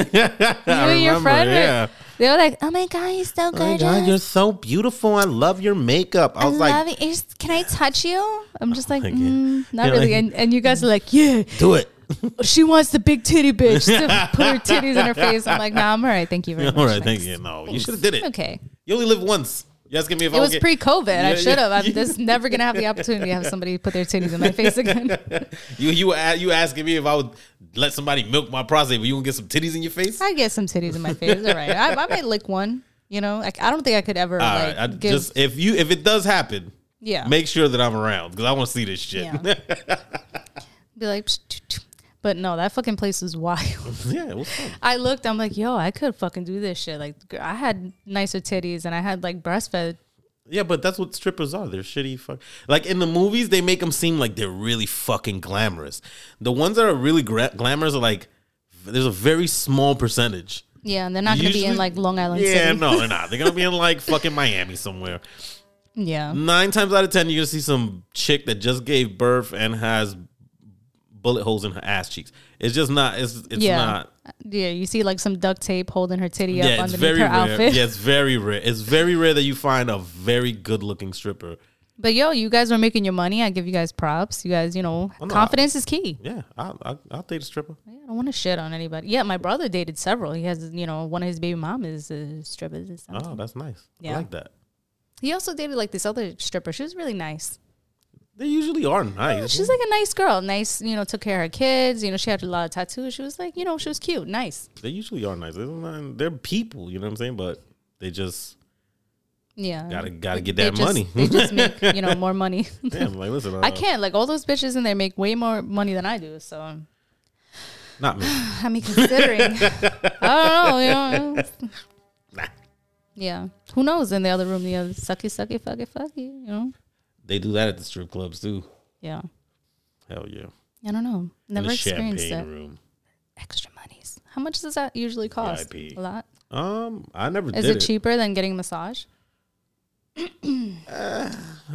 S2: and your
S3: remember,
S2: friend. were-
S3: yeah.
S2: They were like, "Oh my god, you're so
S4: Oh my
S2: gorgeous.
S4: God, you're so beautiful. I love your makeup. I was like,
S2: Love it. You're s- Can I touch you?" I'm just like,
S3: Okay.
S2: mm, not
S3: You're
S2: really.
S3: like-
S2: and, and you guys are like, "Yeah,
S4: do it.
S2: she wants the big titty bitch to put her titties in her face." I'm like, "Nah, I'm all right. Thank you very much."
S3: All right, thank
S2: Thanks.
S3: you. No, you should have did it.
S2: Okay,
S3: You only live once. You asking me if I
S2: it was
S3: would get-
S2: pre-COVID.
S3: Yeah,
S2: I should have.
S3: yeah.
S2: I'm just never gonna have the opportunity to have somebody put their titties in my face again.
S3: you you were a- you asking me if I would let somebody milk my prostate, but you gonna get some titties in your face?
S2: I get some titties in my face. All right, I, I might lick one. You know, like I don't think I could ever
S3: All
S2: like
S3: right, I
S2: give.
S3: just if you if it does happen,
S2: yeah,
S3: make sure that I'm around because I want to see this shit.
S2: Yeah. be like, "Psh, tch, tch." but no, that fucking place is wild.
S3: yeah what's up?
S2: I looked, I'm like, yo, I could fucking do this shit. Like, gr- I had nicer titties and I had like breastfed.
S3: Yeah, but that's what strippers are. They're shitty fuck. Like in the movies, they make them seem like they're really fucking glamorous. The ones that are really gra- glamorous are like there's a very small percentage.
S2: Yeah, and they're not gonna be
S3: Usually-
S2: in like Long Island
S3: yeah,
S2: City.
S3: no, they're not. They're gonna be in like fucking Miami somewhere.
S2: Yeah,
S3: Nine times out of ten, you're gonna see some chick that just gave birth and has bullet holes in her ass cheeks. It's just not. It's it's
S2: yeah,
S3: not.
S2: yeah. You see like some duct tape holding her titty up
S3: Yeah, it's
S2: underneath
S3: very
S2: her
S3: rare.
S2: outfit.
S3: Yeah, it's very rare. It's very rare that you find a very good looking stripper.
S2: But yo, you guys were making your money. I give you guys props. You guys, you know,
S3: Oh, no,
S2: confidence is key.
S3: Yeah, I, I, I'll date a stripper.
S2: Yeah, I don't want to shit on anybody. Yeah, my brother dated several. He has, you know, one of his baby mom is a stripper. or something.
S3: Oh, that's nice. I
S2: Yeah.
S3: like that.
S2: He also dated like this other stripper. She was really nice.
S3: They usually are nice.
S2: She's like a nice girl. Nice, you know, took care of her kids. You know, she had a lot of tattoos. She was like, you know, she was cute, nice.
S3: they usually are nice. They're, not- they're people, you know what I'm saying? But they just
S2: Yeah.
S3: gotta gotta get
S2: They
S3: that
S2: just-
S3: money.
S2: they just make, you know, more money.
S3: Damn, like listen, uh,
S2: I can't. Like, all those bitches in there make way more money than I do. So,
S3: Not me.
S2: I mean, considering, I don't know, you know.
S3: Nah.
S2: Yeah. Who knows in the other room, the other sucky, sucky, fucky, fucky, you know?
S3: They do that at the strip clubs too.
S2: Yeah.
S3: Hell yeah.
S2: I don't know.
S3: In
S2: Never
S3: the
S2: experienced
S3: champagne
S2: that.
S3: room.
S2: Extra monies. How much does that usually cost?
S3: VIP.
S2: A lot.
S3: Um, I never
S2: Is
S3: did
S2: it cheaper than getting a massage?
S3: I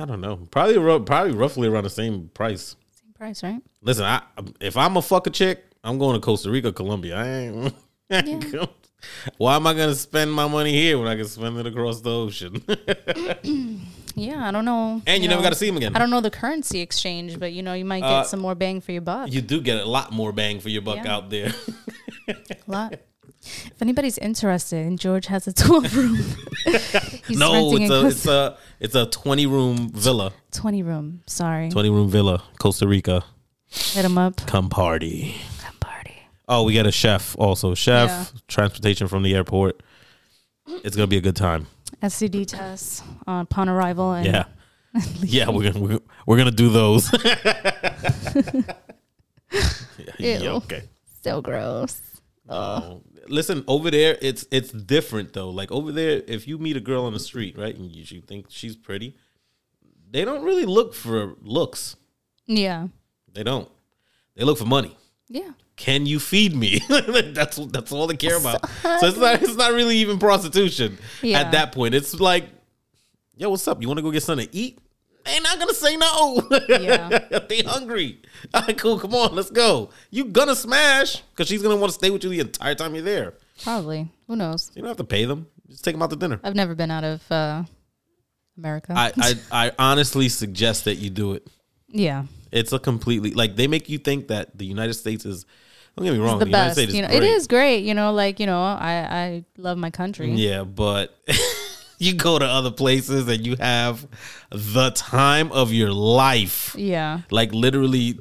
S3: don't know. Probably ro- probably roughly around the same price.
S2: Same price, right?
S3: Listen, I if I'm a fuck a chick, I'm going to Costa Rica, Colombia. I ain't. I ain't
S2: Yeah.
S3: go- Why am I gonna spend my money here when I can spend it across the ocean?
S2: Yeah, I don't know.
S3: and you, never
S2: know.
S3: got to see him again.
S2: I don't know the currency exchange, but you know, you might get
S3: Uh,
S2: some more bang for your buck.
S3: you do get a lot more bang for your buck
S2: Yeah.
S3: out there.
S2: A lot. If anybody's interested, and George has a 12 room. He's
S3: no,
S2: renting
S3: it's
S2: in
S3: a it's
S2: Costa-
S3: a it's a twenty room villa.
S2: 20 room. Sorry.
S3: Twenty room villa, Costa Rica.
S2: Hit him up.
S3: Come party.
S2: Come party.
S3: Oh, we got a chef also. Chef,
S2: Yeah.
S3: transportation from the airport. It's gonna be a good time.
S2: SCD tests uh, upon arrival. And
S3: Yeah. yeah, we're gonna we're, we're gonna do those. Yeah,
S2: Ew.
S3: okay.
S2: So gross.
S3: Oh, listen, over there it's it's different though. Like over there, if you meet a girl on the street, right, and you, you think she's pretty, they don't really look for looks.
S2: Yeah.
S3: They don't. They look for money.
S2: Yeah.
S3: Can you feed me? that's that's all they care about. So it's not it's not really even prostitution
S2: Yeah.
S3: at that point. It's like, yo, what's up? You want to go get something to eat? They're not gonna say no.
S2: Yeah.
S3: they hungry. All right, cool. Come on, let's go. You gonna smash because she's gonna want to stay with you the entire time you're there.
S2: Probably. Who knows?
S3: You don't have to pay them. Just take them out to dinner.
S2: I've never been out of uh, America.
S3: I, I I honestly suggest that you do it.
S2: yeah.
S3: It's a completely like they make you think that the United States is Don't get me wrong.
S2: the
S3: the Oh, United
S2: best.
S3: States
S2: You know, it
S3: great.
S2: is great. You know, like you know, I I love my country.
S3: Mm, Yeah, but you go to other places and you have the time of your life.
S2: Yeah.
S3: Like literally,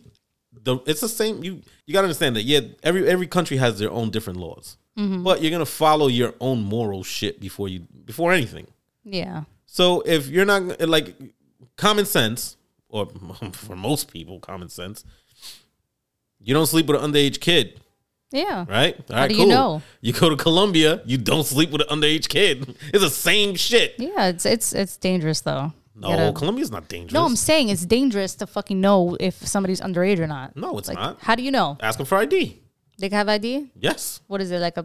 S3: the it's the same. You you gotta understand that. Yeah, every every country has their own different laws, but you're gonna follow your own moral shit before you before anything.
S2: Yeah.
S3: So if you're not like common sense, or for most people, common sense, you don't sleep with an underage kid,
S2: Yeah.
S3: right? All right,
S2: do you know?
S3: You go to Colombia, you don't sleep with an underage kid. It's the same shit.
S2: Yeah. It's it's it's dangerous though. You
S3: No,
S2: gotta-
S3: Colombia's not dangerous.
S2: no, I'm saying it's dangerous to fucking know if somebody's underage or not.
S3: No, it's
S2: Like,
S3: not.
S2: How do you know?
S3: Ask them for ID.
S2: They have ID.
S3: Yes,
S2: What is it like a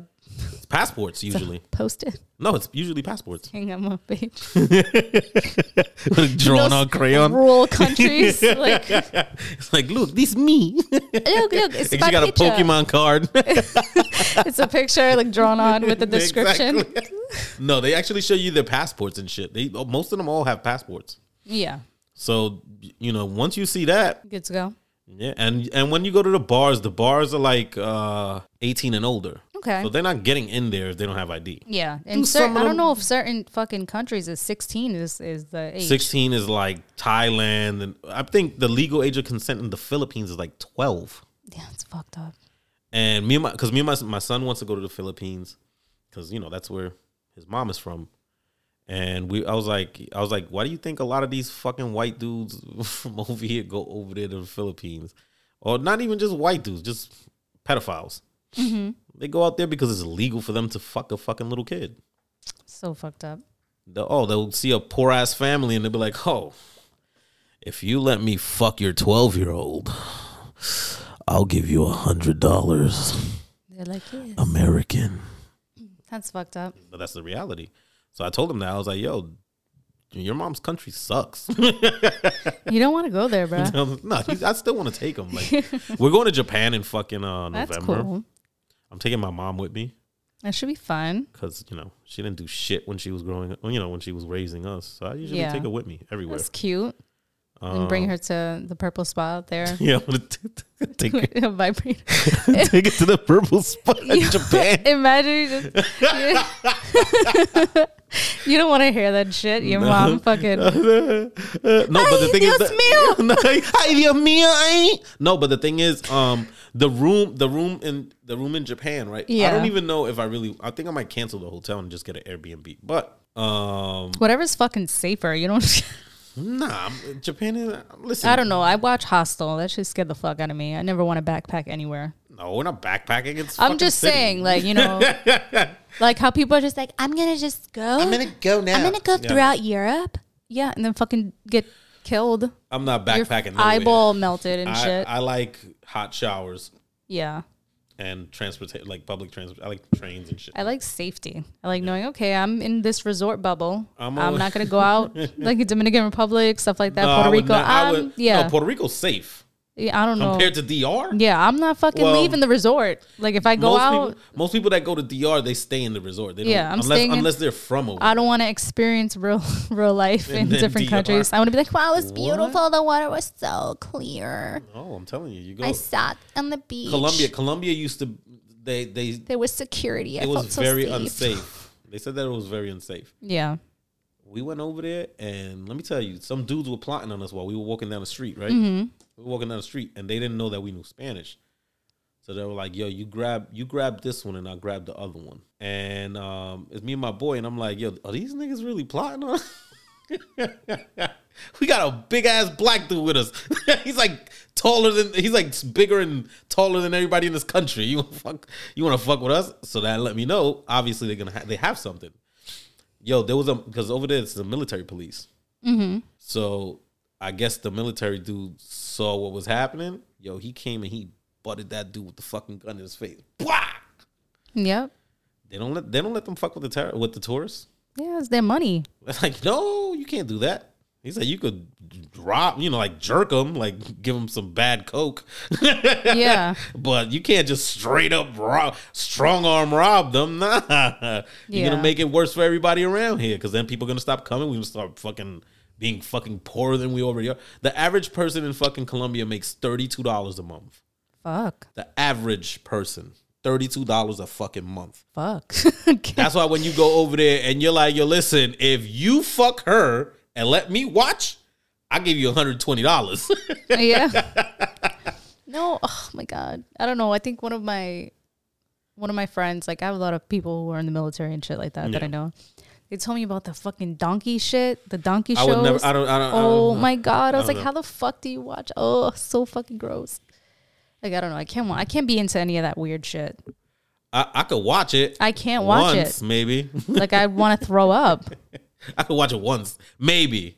S3: it's passports usually.
S2: post-it?
S3: No, it's usually passports.
S2: Hang on my page.
S3: Drawn on
S2: Those
S3: crayon.
S2: Rural countries. like
S3: It's like, look, this me.
S2: look, look. It's
S3: you
S2: my
S3: got a
S2: picture.
S3: Pokemon card.
S2: It's a picture like drawn on with a description.
S3: Exactly. no, they actually show you their passports and shit. They most of them all have passports.
S2: Yeah.
S3: So you know, once you see that,
S2: Good to go.
S3: yeah, and and when you go to the bars, the bars are like uh eighteen and older.
S2: Okay.
S3: So they're not getting in there if they don't have ID.
S2: Yeah, and
S3: some
S2: certain,
S3: of
S2: I
S3: them-
S2: don't know if certain fucking countries is sixteen is is the age.
S3: Sixteen is like Thailand, and I think the legal age of consent in the Philippines is like twelve.
S2: Yeah, it's fucked up.
S3: And me and my, because me and my, my son wants to go to the Philippines, because you know that's where his mom is from. And we, I was like, I was like, why do you think a lot of these fucking white dudes from over here go over there to the Philippines, or not even just white dudes, just pedophiles? They go out there because it's illegal for them to fuck a fucking little kid.
S2: So fucked up.
S3: They'll- oh, they'll see a poor ass family and they'll be like, oh, if you let me fuck your twelve year old, I'll give you a hundred dollars,
S2: They're like, yeah,
S3: Oh. American.
S2: that's fucked up.
S3: but that's the reality. So I told him that I was like, "Yo, your mom's country sucks."
S2: You don't want to go there, bro.
S3: no, he's, I still want to take him. Like, we're going to Japan in fucking uh,
S2: That's
S3: November.
S2: cool.
S3: I'm taking my mom with me
S2: That should be fun.
S3: because you know she didn't do shit when she was growing up. You know when she was raising us, so I usually
S2: Yeah.
S3: take her with me everywhere.
S2: That's cute. and bring
S3: Um,
S2: her to the purple spa out there.
S3: Yeah, I'm gonna t- t- take her,
S2: A vibrator.
S3: take her to the purple spot in Japan.
S2: Imagine you just. you don't want to hear that shit. Your mom
S3: Um,
S2: fucking.
S3: no, but
S2: Ay,
S3: the thing is,
S2: Dios
S3: that- No, ay, Dios mío, ay. no, but the thing is, um, the room, the room in the room in Japan, right? I
S2: Yeah.
S3: don't even know if I really. I think I might cancel the hotel and just get an Airbnb. But um,
S2: Whatever's fucking safer. You don't.
S3: nah, I'm- Japan is. Listen,
S2: I don't know. I watch Hostel. That shit scared the fuck out of me. I never want to backpack anywhere.
S3: No, we're not backpacking. It's.
S2: I'm
S3: fucking
S2: just
S3: city.
S2: saying, like, you know, like how people are just like, I'm going to just go. I'm going to
S4: go now.
S2: go
S3: Yeah.
S2: throughout Europe. Yeah. And then fucking get killed.
S3: I'm not
S2: Your
S3: backpacking. nowhere.
S2: eyeball melted and
S3: I,
S2: shit.
S3: I like hot showers
S2: yeah.
S3: and transport, like public transport. I like trains and shit.
S2: I like safety. I like knowing, okay, I'm in this resort bubble.
S3: I'm
S2: I'm,
S3: always-
S2: not going to go out like Dominican Republic, stuff like that,
S3: No, Uh, I
S2: Puerto
S3: would
S2: Rico.
S3: not- I
S2: I'm,
S3: would-
S2: yeah.
S3: no, Puerto Rico's safe
S2: yeah. I don't know.
S3: compared to DR.
S2: yeah. I'm not fucking
S3: Well,
S2: leaving the resort. Like, if I go
S3: most
S2: out.
S3: people, most people that go to DR, they stay in the resort. They don't,
S2: Yeah, I'm
S3: unless
S2: staying in-
S3: unless they're from over.
S2: I don't want to experience real real life in
S3: then
S2: different
S3: DR.
S2: countries. I want to be like, wow, it's
S3: What?
S2: beautiful. The water was so clear.
S3: oh, I'm telling you, you go
S2: I sat on the beach.
S3: Colombia. Colombia used to they they
S2: There was security. I
S3: it
S2: felt
S3: was
S2: so
S3: very
S2: safe.
S3: unsafe. They said that it was very unsafe.
S2: Yeah.
S3: We went over there, and let me tell you, some dudes were plotting on us while we were walking down the street. Right, we were walking down the street, and they didn't know that we knew Spanish. So they were like, "Yo, you grab you grab this one, and I'll grab the other one." And um, it's me and my boy, and I'm like, "Yo, are these niggas really plotting on?" us?" we got a big ass black dude with us. he's like taller than he's like bigger and taller than everybody in this country. You wanna fuck? You want to fuck with us? So that let me know. Obviously, they're gonna ha- they have something. Yo, there was a because over there it's the military police. So I guess the military dude saw what was happening. Yo, he came and he butted that dude with the fucking gun in his face. Bwah!
S2: Yep.
S3: They don't let they don't let them fuck with the terror with the tourists.
S2: Yeah, it's their money.
S3: It's like, no, you can't do that. He said you could drop, you know, like jerk him, like give him some bad coke.
S2: Yeah.
S3: But you can't just straight up rob, strong arm rob them. Nah, you're
S2: Yeah.
S3: gonna make it worse for everybody around here because then people are gonna stop coming. We're gonna start fucking being fucking poorer than we already are. The average person in fucking Colombia makes thirty two dollars a month.
S2: Fuck.
S3: The average person, thirty-two dollars a fucking month.
S2: Fuck.
S3: That's why when you go over there and you're like, yo, listen, if you fuck her and let me watch, I give you $120.
S2: yeah. No, oh my god. I don't know. I think one of my one of my friends, like I have a lot of people who are in the military and shit like that that I know. They told me about the fucking donkey shit, the donkey
S3: I
S2: shows.
S3: would never- I don't- I don't- I don't
S2: oh
S3: know.
S2: my god! I was like, how the fuck do you watch? Oh, so fucking gross. Like I don't know. I can't. wa- I can't be into any of that weird shit.
S3: I, I could watch it.
S2: I can't watch
S3: once,
S2: it.
S3: maybe.
S2: Like I want to throw up.
S3: I could watch it once. Maybe.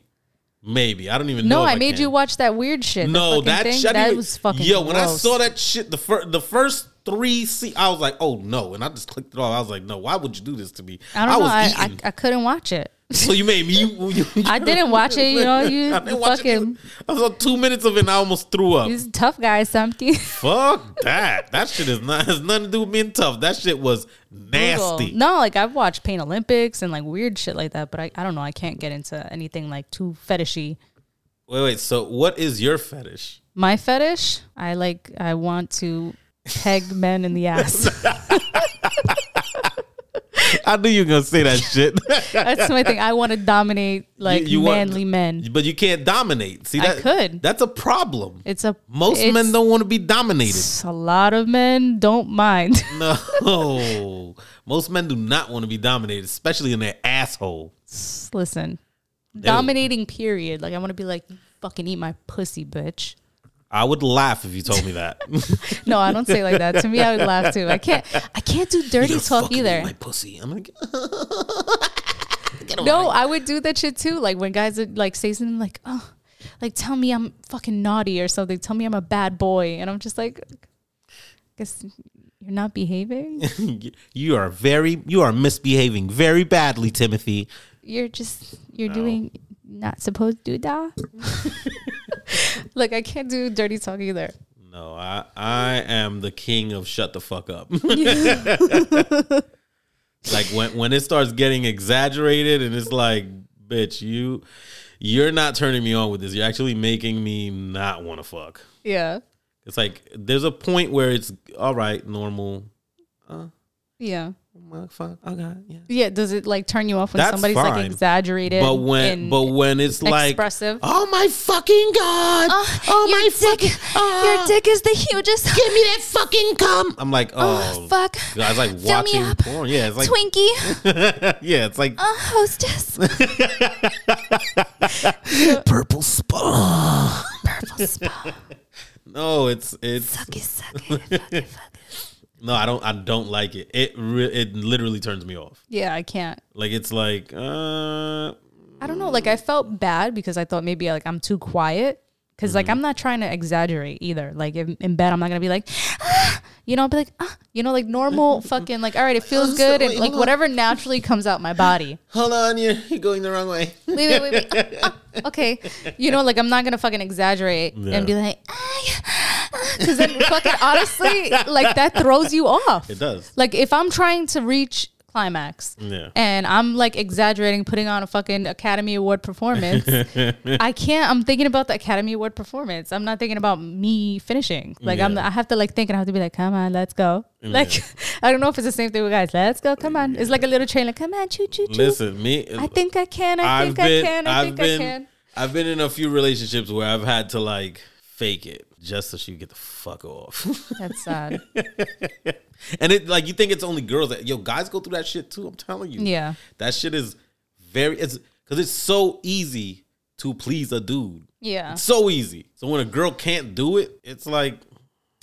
S3: Maybe. I don't even know.
S2: No,
S3: if
S2: I made
S3: can.
S2: you watch that weird shit. the
S3: No,
S2: fucking
S3: that
S2: thing,
S3: shit, I didn't
S2: that
S3: even-
S2: was fucking.
S3: Yo, when I
S2: gross.
S3: saw that shit, the first the first three se- I was like, oh no, and I just clicked it off. I was like, no, why would you do this to me?
S2: I don't
S3: was
S2: know. I,
S3: eating.
S2: I I couldn't watch it.
S3: so you made me. You, you-
S2: I didn't watch it. You know, you
S3: I didn't watch it.
S2: fucking
S3: I was on two minutes of it. and I almost threw up.
S2: he's a tough guy. Something
S3: Fuck that. That shit is not has nothing to do with being tough. That shit was nasty.
S2: No, like I've watched Pain Olympics and like weird shit like that, but I, I don't know. I can't get into anything like too fetishy.
S3: Wait, wait. So what is your fetish?
S2: My fetish, I like. I want to peg men in the ass.
S3: I knew you were gonna say that shit.
S2: That's my thing. I want to dominate like
S3: You- you want-
S2: manly men.
S3: but you can't dominate. See
S2: I
S3: that
S2: could.
S3: That's a problem.
S2: It's a
S3: Most
S2: it's-
S3: men don't want to be dominated.
S2: A lot of men don't mind.
S3: No. Most men do not want to be dominated, especially in their asshole.
S2: Listen, dominating period. Like I want to be like, fucking eat my pussy, bitch.
S3: I would laugh if you told me that.
S2: No, I don't say like that. To me, I would laugh too. I can't. I can't do dirty
S3: You're
S2: talk
S3: fucking
S2: either.
S3: My pussy. I'm like,
S2: No, I would do that shit too. Like when guys would like say something like, "Oh, like tell me I'm fucking naughty or something. Tell me I'm a bad boy," and I'm just like, "Guess you're not behaving.
S3: you are very, you are misbehaving very badly, Timothy.
S2: You're just you're doing not supposed to do that." like I can't do dirty talk either.
S3: No, I, I am the king of shut the fuck up. like when, when it starts getting exaggerated and it's like, bitch, you, you're not turning me on with this. You're actually making me not want to fuck.
S2: Yeah,
S3: It's like there's a point where it's all right, normal.
S2: yeah,
S3: Well, Fuck, okay, yeah.
S2: yeah. Does it like turn you off when
S3: That's
S2: somebody's
S3: fine.
S2: like exaggerated?
S3: But when
S2: and-
S3: but when it's like
S2: expressive.
S3: oh my fucking god,
S2: Oh,
S3: oh
S2: your
S3: my
S2: dick-
S3: fucking, oh,
S2: your dick is the hugest.
S3: give me that fucking cum. I'm like, oh,
S2: Oh, fuck.
S3: God, it's like
S2: Fill me
S3: watching
S2: up.
S3: porn. Yeah, it's like
S2: Twinkie,
S3: yeah, it's like
S2: a hostess.
S3: purple spawn.
S2: Purple spot.
S3: No, it's it's
S2: Sucky, sucky, fucky, fucky.
S3: no, I don't I don't like it. It re- it literally turns me off.
S2: Yeah, I can't.
S3: Like it's like uh
S2: I don't know. Like I felt bad because I thought maybe like I'm too quiet because
S3: Mm-hmm.
S2: like I'm not trying to exaggerate either. Like in, in bed, I'm not gonna be like, "Ah," you know, I'll be like, ah, you know, like normal fucking like. All right, it feels good and
S3: wait,
S2: like
S3: hold on.
S2: whatever naturally comes out my body.
S3: hold on, you're, you're going the wrong way.
S2: Wait, wait, wait, wait. Ah, ah, okay, you know, like I'm not gonna fucking exaggerate
S3: Yeah.
S2: and be like, because then fucking honestly, like that throws you off.
S3: It does.
S2: Like if I'm trying to reach climax
S3: Yeah.
S2: and I'm like exaggerating, putting on a fucking Academy Award performance, I can't. I'm thinking about the Academy Award performance. I'm not thinking about me finishing. Like I'm.
S3: Yeah.
S2: I have to like think and I have to be like, come on, let's go. Like I don't know if it's the same thing with guys. Let's go. Come on. It's like a little train. Like come on, choo choo choo.
S3: Listen, me
S2: I think I can. I
S3: I've
S2: think
S3: been,
S2: I can. I
S3: have
S2: think
S3: been,
S2: I can.
S3: I've been in a few relationships where I've had to like fake it just so she could get the fuck off.
S2: That's sad.
S3: and it like you think it's only girls that yo guys go through that shit too. I'm telling you,
S2: Yeah.
S3: that shit is very it's because it's so easy to please a dude.
S2: Yeah.
S3: It's so easy. So when a girl can't do it, it's like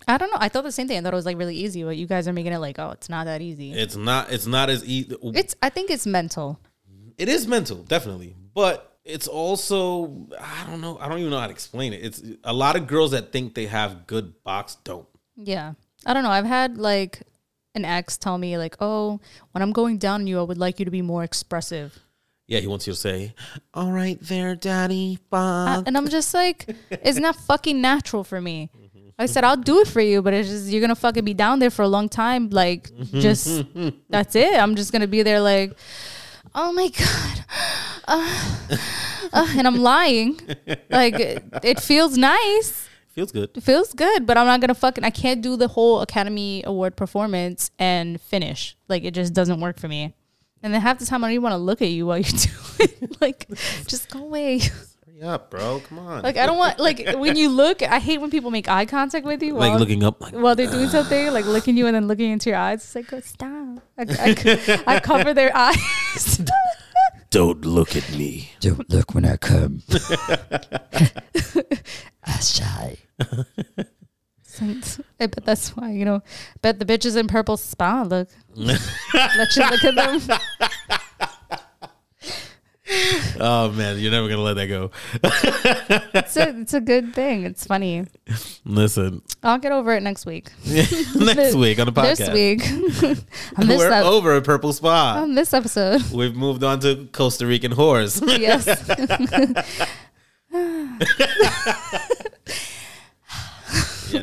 S2: I don't know. I thought the same thing. I thought it was like really easy, but you guys are making it like, oh, it's not that easy.
S3: it's not it's not as easy.
S2: It's. I think it's mental.
S3: it is mental, definitely, but. It's also I don't know I don't even know how to explain it. It's a lot of girls that think they have good box don't.
S2: Yeah. I don't know. I've had like an ex tell me like, "Oh, when I'm going down on you, I would like you to be more expressive."
S3: Yeah, he wants you to say,
S4: All right, there, Daddy
S2: I-
S4: Bob.
S2: Uh, and I'm just like, it's not fucking natural for me. I said I'll do it for you, but it's just you're gonna fucking be down there for a long time. Like, just that's it. I'm just gonna be there like, oh my god, uh, uh," and I'm lying. Like, it, it feels nice.
S3: Feels good.
S2: It feels good, but I'm not gonna fucking. I can't do the whole Academy Award performance and finish. Like it just doesn't work for me. And then half the time I don't even want to look at you while you do it. like, just go away.
S4: Hurry up, bro. Come on.
S2: Like I don't want. Like when you look, I hate when people make eye contact with you.
S3: Like
S2: while-
S3: looking up, like
S2: while they're doing something, like looking you and then looking into your eyes. It's like, oh, stop. I, I c- I cover their eyes.
S1: Don't look at me.
S5: Don't look when I come. I shy.
S2: Since- I bet that's why, you know, I bet the bitches in purple spa look. Let you look at them.
S3: oh man, you're never gonna let that go.
S2: It's a, it's a good thing. It's funny.
S3: Listen,
S2: I'll get over it next week.
S3: next week on the podcast,
S2: This week. on, this Um,
S3: we're
S2: ep-
S3: over at Purple Spa.
S2: on this episode.
S3: We've moved on to Costa Rican whores.
S2: Yes.
S3: yeah,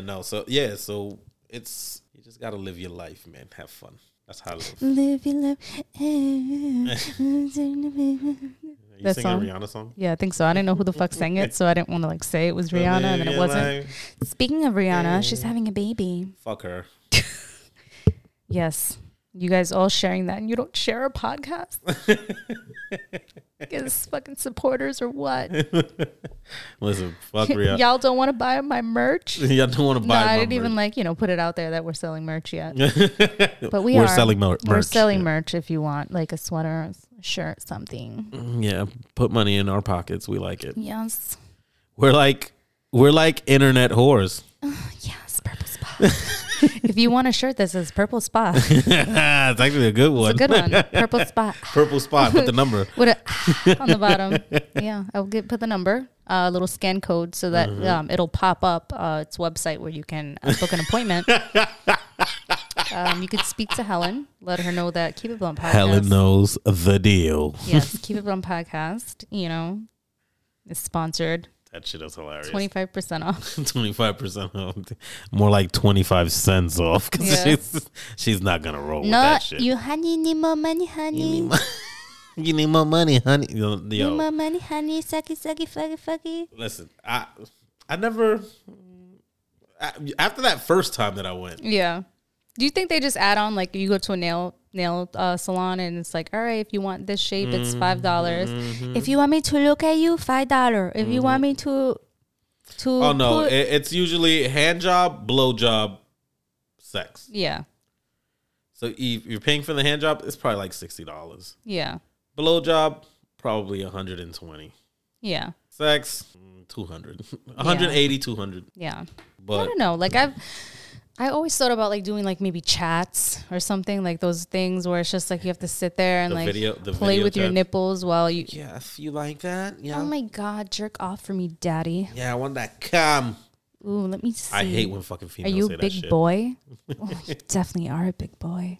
S3: no. So yeah, so it's you just gotta live your life, man. Have fun. That's how I live.
S2: Live your life.
S3: Are you
S2: That
S3: singing
S2: song?
S3: a Rihanna song?
S2: yeah, I think so. I didn't know who the fuck sang it, so I didn't want to like say it was Rihanna and then it
S3: Yeah,
S2: wasn't.
S3: like,
S2: Speaking of Rihanna, she's having a baby.
S3: fuck her.
S2: Yes. You guys all sharing that and you don't share a podcast? Because fucking supporters or what?
S3: Listen, fuck Rihanna.
S2: Y'all don't want to buy my merch?
S3: Y'all don't want to
S2: No,
S3: buy.
S2: I
S3: my
S2: didn't even
S3: merch.
S2: like, you know, put it out there that we're selling merch yet. but we
S3: We're
S2: are.
S3: selling mer-
S2: We're
S3: merch,
S2: selling
S3: yeah.
S2: merch if you want, like a sweater, a shirt, something.
S3: Yeah, put money in our pockets. We like it.
S2: Yes.
S3: We're like we're like internet whores.
S2: Yes, purple spot. if you want a shirt that says purple spot, it's
S3: it's actually a good one.
S2: a good one. Purple spot.
S3: Purple spot. Put the number.
S2: with a on the bottom. Yeah, I'll get put the number, a little scan code, so that
S3: Mm-hmm.
S2: um, it'll pop up uh, its website where you can uh, book an appointment. um, you could speak to Helen, let her know that Keep It Blunt podcast.
S3: Helen knows the deal.
S2: yes, Keep It Blunt podcast. You know, is sponsored
S3: That shit is hilarious.
S2: twenty five percent off.
S3: Twenty five percent off, more like twenty five cents off. Because
S2: Yeah.
S3: she's, she's not gonna roll with
S2: No,
S3: that shit.
S2: you honey need more money, honey.
S3: You need mo- you need more money, honey. Yo, yo,
S2: Need more money, honey. Sucky, sucky, fucky, fucky.
S3: listen, I I never. I, after that first time that I went,
S2: Yeah. Do you think they just add on like you go to a nail nail uh, salon and it's like, all right, if you want this shape, it's
S3: Mm-hmm.
S2: five dollars. If you want me to look at you, five dollar. If you want me to to
S3: Mm-hmm. oh no,
S2: put-
S3: it, it's usually hand job, blow job, sex.
S2: yeah,
S3: So if you're paying for the hand job, it's probably like sixty dollars.
S2: yeah,
S3: Blow job, probably hundred and twenty.
S2: yeah,
S3: Sex, mm, 200. 180, 200.
S2: yeah. I
S3: But
S2: don't know. Like I've I always thought about like doing like maybe chats or something like those things where it's just like you have to sit there and
S3: The
S2: like
S3: video- the
S2: play
S3: video
S2: with your
S3: chat.
S2: nipples while you.
S3: yeah, if you like that, yeah,
S2: Oh my god, jerk off for me, daddy.
S3: yeah, I want that cum.
S2: Ooh, let me see.
S3: I hate when fucking
S2: Are
S3: females
S2: you
S3: say
S2: a
S3: that
S2: big
S3: shit.
S2: boy? Well, you definitely are a big boy.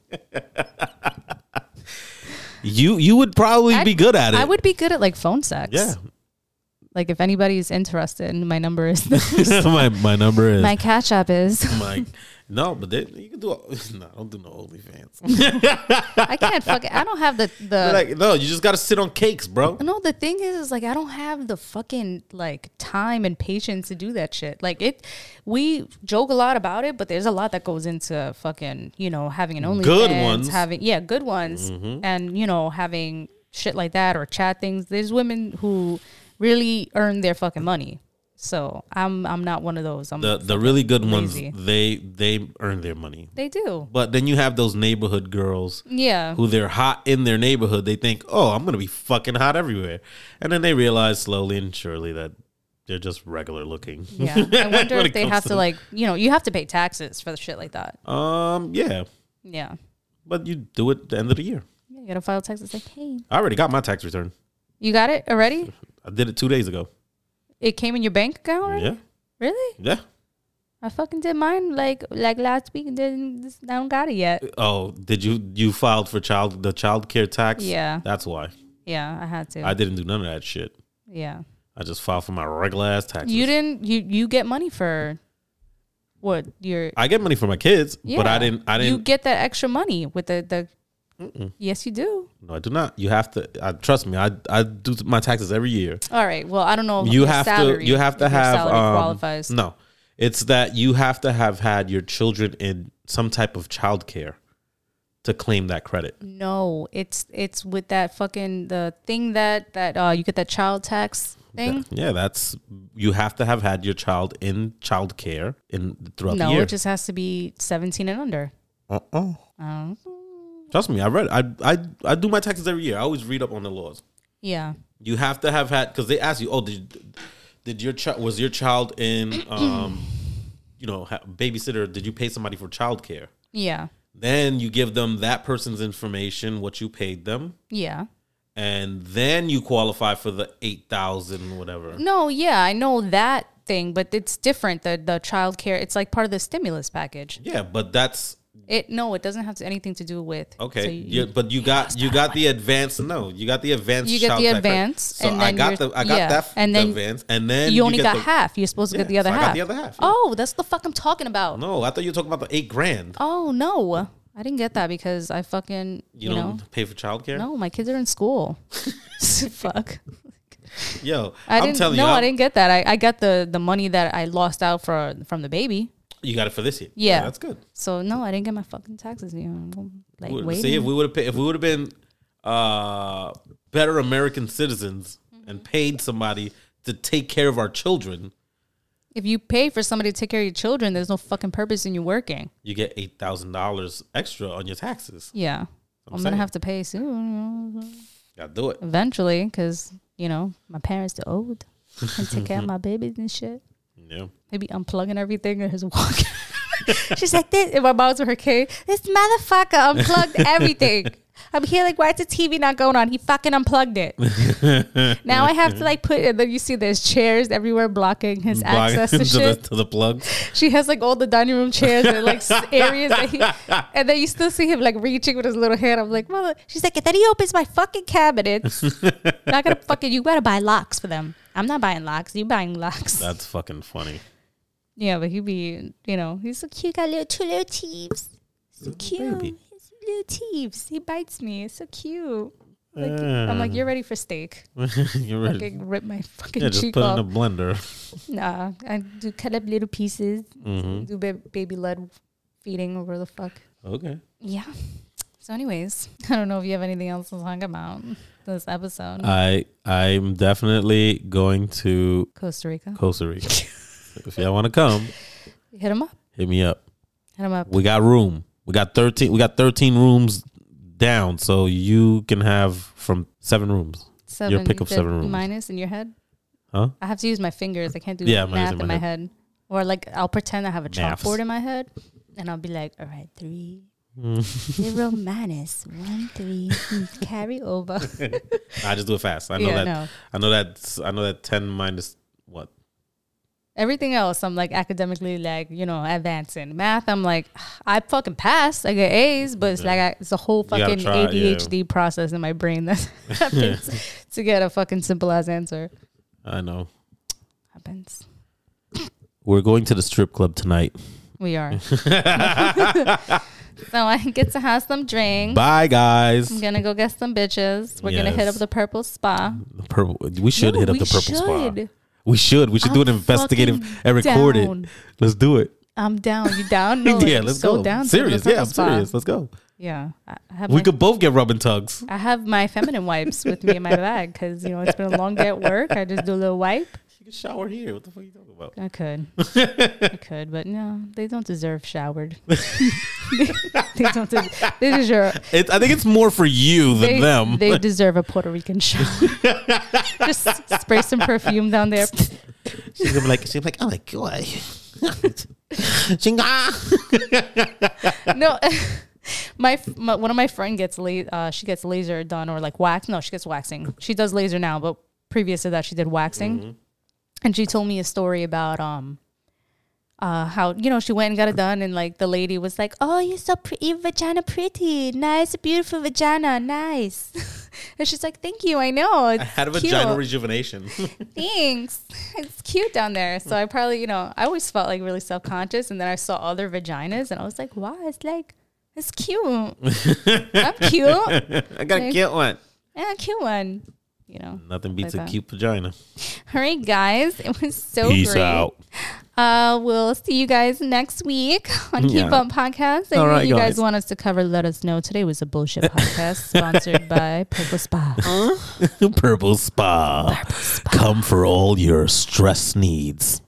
S3: You you would probably
S2: I'd-
S3: be good at it.
S2: I would be good at like phone sex.
S3: Yeah,
S2: Like if anybody's interested, my number is
S3: my my number is
S2: my catch up is.
S3: Mike. No, but then you can do. all- No, don't do no OnlyFans.
S2: I can't fucking. I don't have the the.
S3: like, no, you just gotta sit on cakes, bro.
S2: no, the thing is, is like I don't have the fucking like time and patience to do that shit. Like it, we joke a lot about it, but there's a lot that goes into fucking you know having an OnlyFans,
S3: ones. Mm-hmm.
S2: having yeah, good ones, and you know having shit like that or chat things. There's women who really earn their fucking money, so I'm I'm not one of those. I'm
S3: The the really good
S2: Lazy.
S3: ones, they they earn their money.
S2: they do.
S3: But then you have those neighborhood girls
S2: Yeah.
S3: who they're hot in their neighborhood. They think, oh, I'm gonna be fucking hot everywhere, and then they realize slowly and surely that they're just regular looking.
S2: Yeah. I wonder if
S3: When it
S2: they
S3: comes
S2: have
S3: to
S2: to like, you know, you have to pay taxes for the shit like that.
S3: Um, yeah,
S2: Yeah.
S3: but you do it at the end of the year.
S2: Yeah, you gotta file taxes. Like, hey,
S3: I already got my tax return.
S2: you got it already?
S3: I did it two days ago.
S2: It came in your bank account already?
S3: Yeah,
S2: Really?
S3: yeah.
S2: I fucking did mine like like last week and didn't just- I don't got it yet.
S3: Oh, did you you filed for child the child care tax?
S2: Yeah.
S3: That's why.
S2: Yeah, I had to.
S3: I didn't do none of that shit.
S2: yeah.
S3: I just filed for my regular ass taxes.
S2: You didn't you you get money for what your
S3: I get money for my kids, but I
S2: Yeah.
S3: didn't I
S2: you
S3: didn't
S2: get that extra money with the the Yes you do.
S3: No, I do not. You have to I trust me. I I do my taxes every year.
S2: All right. Well I don't know if
S3: You
S2: your
S3: have to
S2: salary-
S3: you have to
S2: if your
S3: have
S2: salary
S3: um,
S2: qualifies.
S3: No. It's that you have to have had your children in some type of childcare to claim that credit.
S2: No, it's it's with that fucking the thing that that uh you get that child tax thing.
S3: Yeah, that's you have to have had your child in childcare in throughout the
S2: No,
S3: year.
S2: it just has to be seventeen and under.
S3: uh-uh.
S2: Oh,
S3: Trust me, I read. I I I do my taxes every year. I always read up on the laws.
S2: yeah.
S3: You have to have had because they ask you, oh, did did your child was your child in um, you know, ha- babysitter? Did you pay somebody for childcare?
S2: Yeah.
S3: Then you give them that person's information, what you paid them,
S2: Yeah.
S3: and then you qualify for the eight thousand whatever.
S2: No, yeah, I know that thing, but it's different. The the child care, it's like part of the stimulus package.
S3: Yeah, but that's
S2: It no, it doesn't have to, anything to do with
S3: Mm. Okay,
S2: so
S3: yeah, but you got you got the advance. No, you got the advance.
S2: You get the
S3: child tax credit.
S2: advance,
S3: So
S2: and
S3: I
S2: then
S3: got
S2: you're-
S3: the I got
S2: yeah,
S3: that
S2: and then
S3: advance, and then
S2: you, only
S3: get
S2: got
S3: the-
S2: half. You're supposed to
S3: Yeah,
S2: get the other
S3: so I got
S2: half.
S3: the other half, yeah.
S2: Oh, that's the fuck I'm talking about.
S3: No, I thought you were talking about the eight grand.
S2: Oh no, I didn't get that because I fucking
S3: You,
S2: you, know
S3: don't pay for childcare.
S2: no, my kids are in school. fuck.
S3: Yo,
S2: I
S3: am
S2: didn't.
S3: telling
S2: no,
S3: you,
S2: I
S3: I'm-
S2: didn't get that. I, I got the the money that I lost out for from the baby.
S3: You got it for this year.
S2: Yeah.
S3: that's good.
S2: So no, I didn't get my fucking taxes. You know, like
S3: Would-
S2: waiting.
S3: See if we would have if we would have been uh, better American citizens and
S2: Mm-hmm.
S3: paid somebody to take care of our children,
S2: if you pay for somebody to take care of your children, there's no fucking purpose in you working.
S3: you get eight thousand dollars extra on your taxes.
S2: Yeah, I'm,
S3: saying.
S2: gonna have to pay soon, you know,
S3: Gotta do it.
S2: eventually, because you know my parents are old and take care of my babies and shit.
S3: Yeah.
S2: Maybe unplugging everything and just walking. She's like this, and my mom's with her kid. This motherfucker unplugged everything. I'm here like, why is the TV not going on? He fucking unplugged it. now I have to like put, and then you see there's chairs everywhere blocking his
S3: Block-
S2: access to
S3: to, the,
S2: shit.
S3: to the plugs.
S2: She has like all the dining room chairs and like s- areas that he, and then you still see him like reaching with his little hand. I'm like, mother. She's like, and then he opens my fucking cabinets. not gonna fucking. You gotta buy locks for them. I'm not buying locks. You buying locks?
S3: That's fucking funny.
S2: yeah, but he'd be, you know, he's so cute. Got little two little teeth. So cute.
S3: baby.
S2: His Little teeth. He bites me. It's so cute. Like, I'm like, you're ready for steak.
S3: You're right.
S2: Fucking rip my fucking
S3: Yeah, just
S2: cheek
S3: put
S2: off.
S3: in a blender.
S2: Nah, I do cut up little pieces,
S3: Mm-hmm.
S2: do ba- baby led feeding or whatever the fuck.
S3: Okay.
S2: Yeah. So, anyways, I don't know if you have anything else to talk about this episode.
S3: I I'm definitely going to
S2: Costa Rica.
S3: Costa Rica. if y'all want to come,
S2: Hit him up.
S3: hit me up.
S2: Hit him up.
S3: We got room. We got thirteen. We got thirteen rooms down, so you can have from seven rooms.
S2: Seven.
S3: pick of
S2: the
S3: seven rooms.
S2: Minus in your head.
S3: Huh?
S2: I have to use my fingers. I can't do
S3: Yeah, minus
S2: math
S3: in
S2: in
S3: my
S2: my head. Or like I'll pretend I have a
S3: Maths.
S2: chalkboard in my head, and I'll be like, "All right, three
S3: Hmm.
S2: zero minus one three hmm, carry over."
S3: I just do it fast. I know
S2: Yeah,
S3: that.
S2: no.
S3: I know that. I know that ten minus what?
S2: Everything else, I'm like academically, like you know, advancing. Math, I'm like, I fucking pass. I get A's, but it's like I, it's a whole
S3: gotta
S2: fucking
S3: try, yeah.
S2: ADHD process in my brain that happens to get a fucking simple ass answer.
S3: I know.
S2: Happens.
S3: We're going to the strip club tonight.
S2: We are. so I get to have some drinks.
S3: Bye, guys.
S2: I'm gonna go get some bitches. We're gonna hit
S3: Yes.
S2: up the purple spa.
S3: The purple. We should
S2: No,
S3: hit up
S2: we
S3: the purple spa.
S2: should.
S3: We should. We should do
S2: I'm
S3: an investigative
S2: fucking
S3: and record it.
S2: down.
S3: Let's do it.
S2: I'm down. You down? No,
S3: yeah,
S2: I'm
S3: let's
S2: so
S3: go.
S2: Down to
S3: serious.
S2: the
S3: Yeah,
S2: purple
S3: I'm
S2: spa.
S3: serious. Let's go.
S2: Yeah, I I have.
S3: We
S2: my-
S3: could both get rubbing tugs.
S2: I have my feminine wipes with me in my bag because you know it's been a long day at work. I just do a little wipe.
S3: You can shower here. What the fuck are you talking about?
S2: I could, I could, but no, they don't deserve showered. they don't. Des- they deserve.
S3: It, I think it's more for you than
S2: They,
S3: them.
S2: they deserve a Puerto Rican shower. just spray some perfume down there.
S4: She's gonna be like, she's gonna be like, oh my god. Chinga.
S2: No. My, f- my one of my friend gets la- uh, she gets laser done or like wax. No, she gets waxing. She does laser now, but previous to that, she did waxing.
S3: Mm-hmm.
S2: And she told me a story about um, uh, how you know she went and got it done, and like the lady was like, "Oh, you're so pretty, your vagina pretty, nice, beautiful vagina, nice." and she's like, "Thank you, I know." It's
S3: I had a
S2: cute.
S3: vaginal rejuvenation.
S2: Thanks. It's cute down there. So I probably, you know, I always felt like really self conscious. And then I saw other vaginas and I was like, wow, it's like, it's cute. I'm cute.
S4: I got a cute one.
S2: Yeah, cute one. You know.
S3: Nothing
S2: Like
S3: beats a
S2: that.
S3: cute vagina.
S2: All right, guys. It was so
S3: Peace
S2: great.
S3: out.
S2: Uh, we'll see you guys next week on Keep
S3: Yeah.
S2: Up Podcast. And
S3: All right,
S2: you guys.
S3: guys.
S2: want us to cover, let us know. Today was a bullshit podcast sponsored by Purple Spa.
S3: Purple Spa. Come for all your stress needs.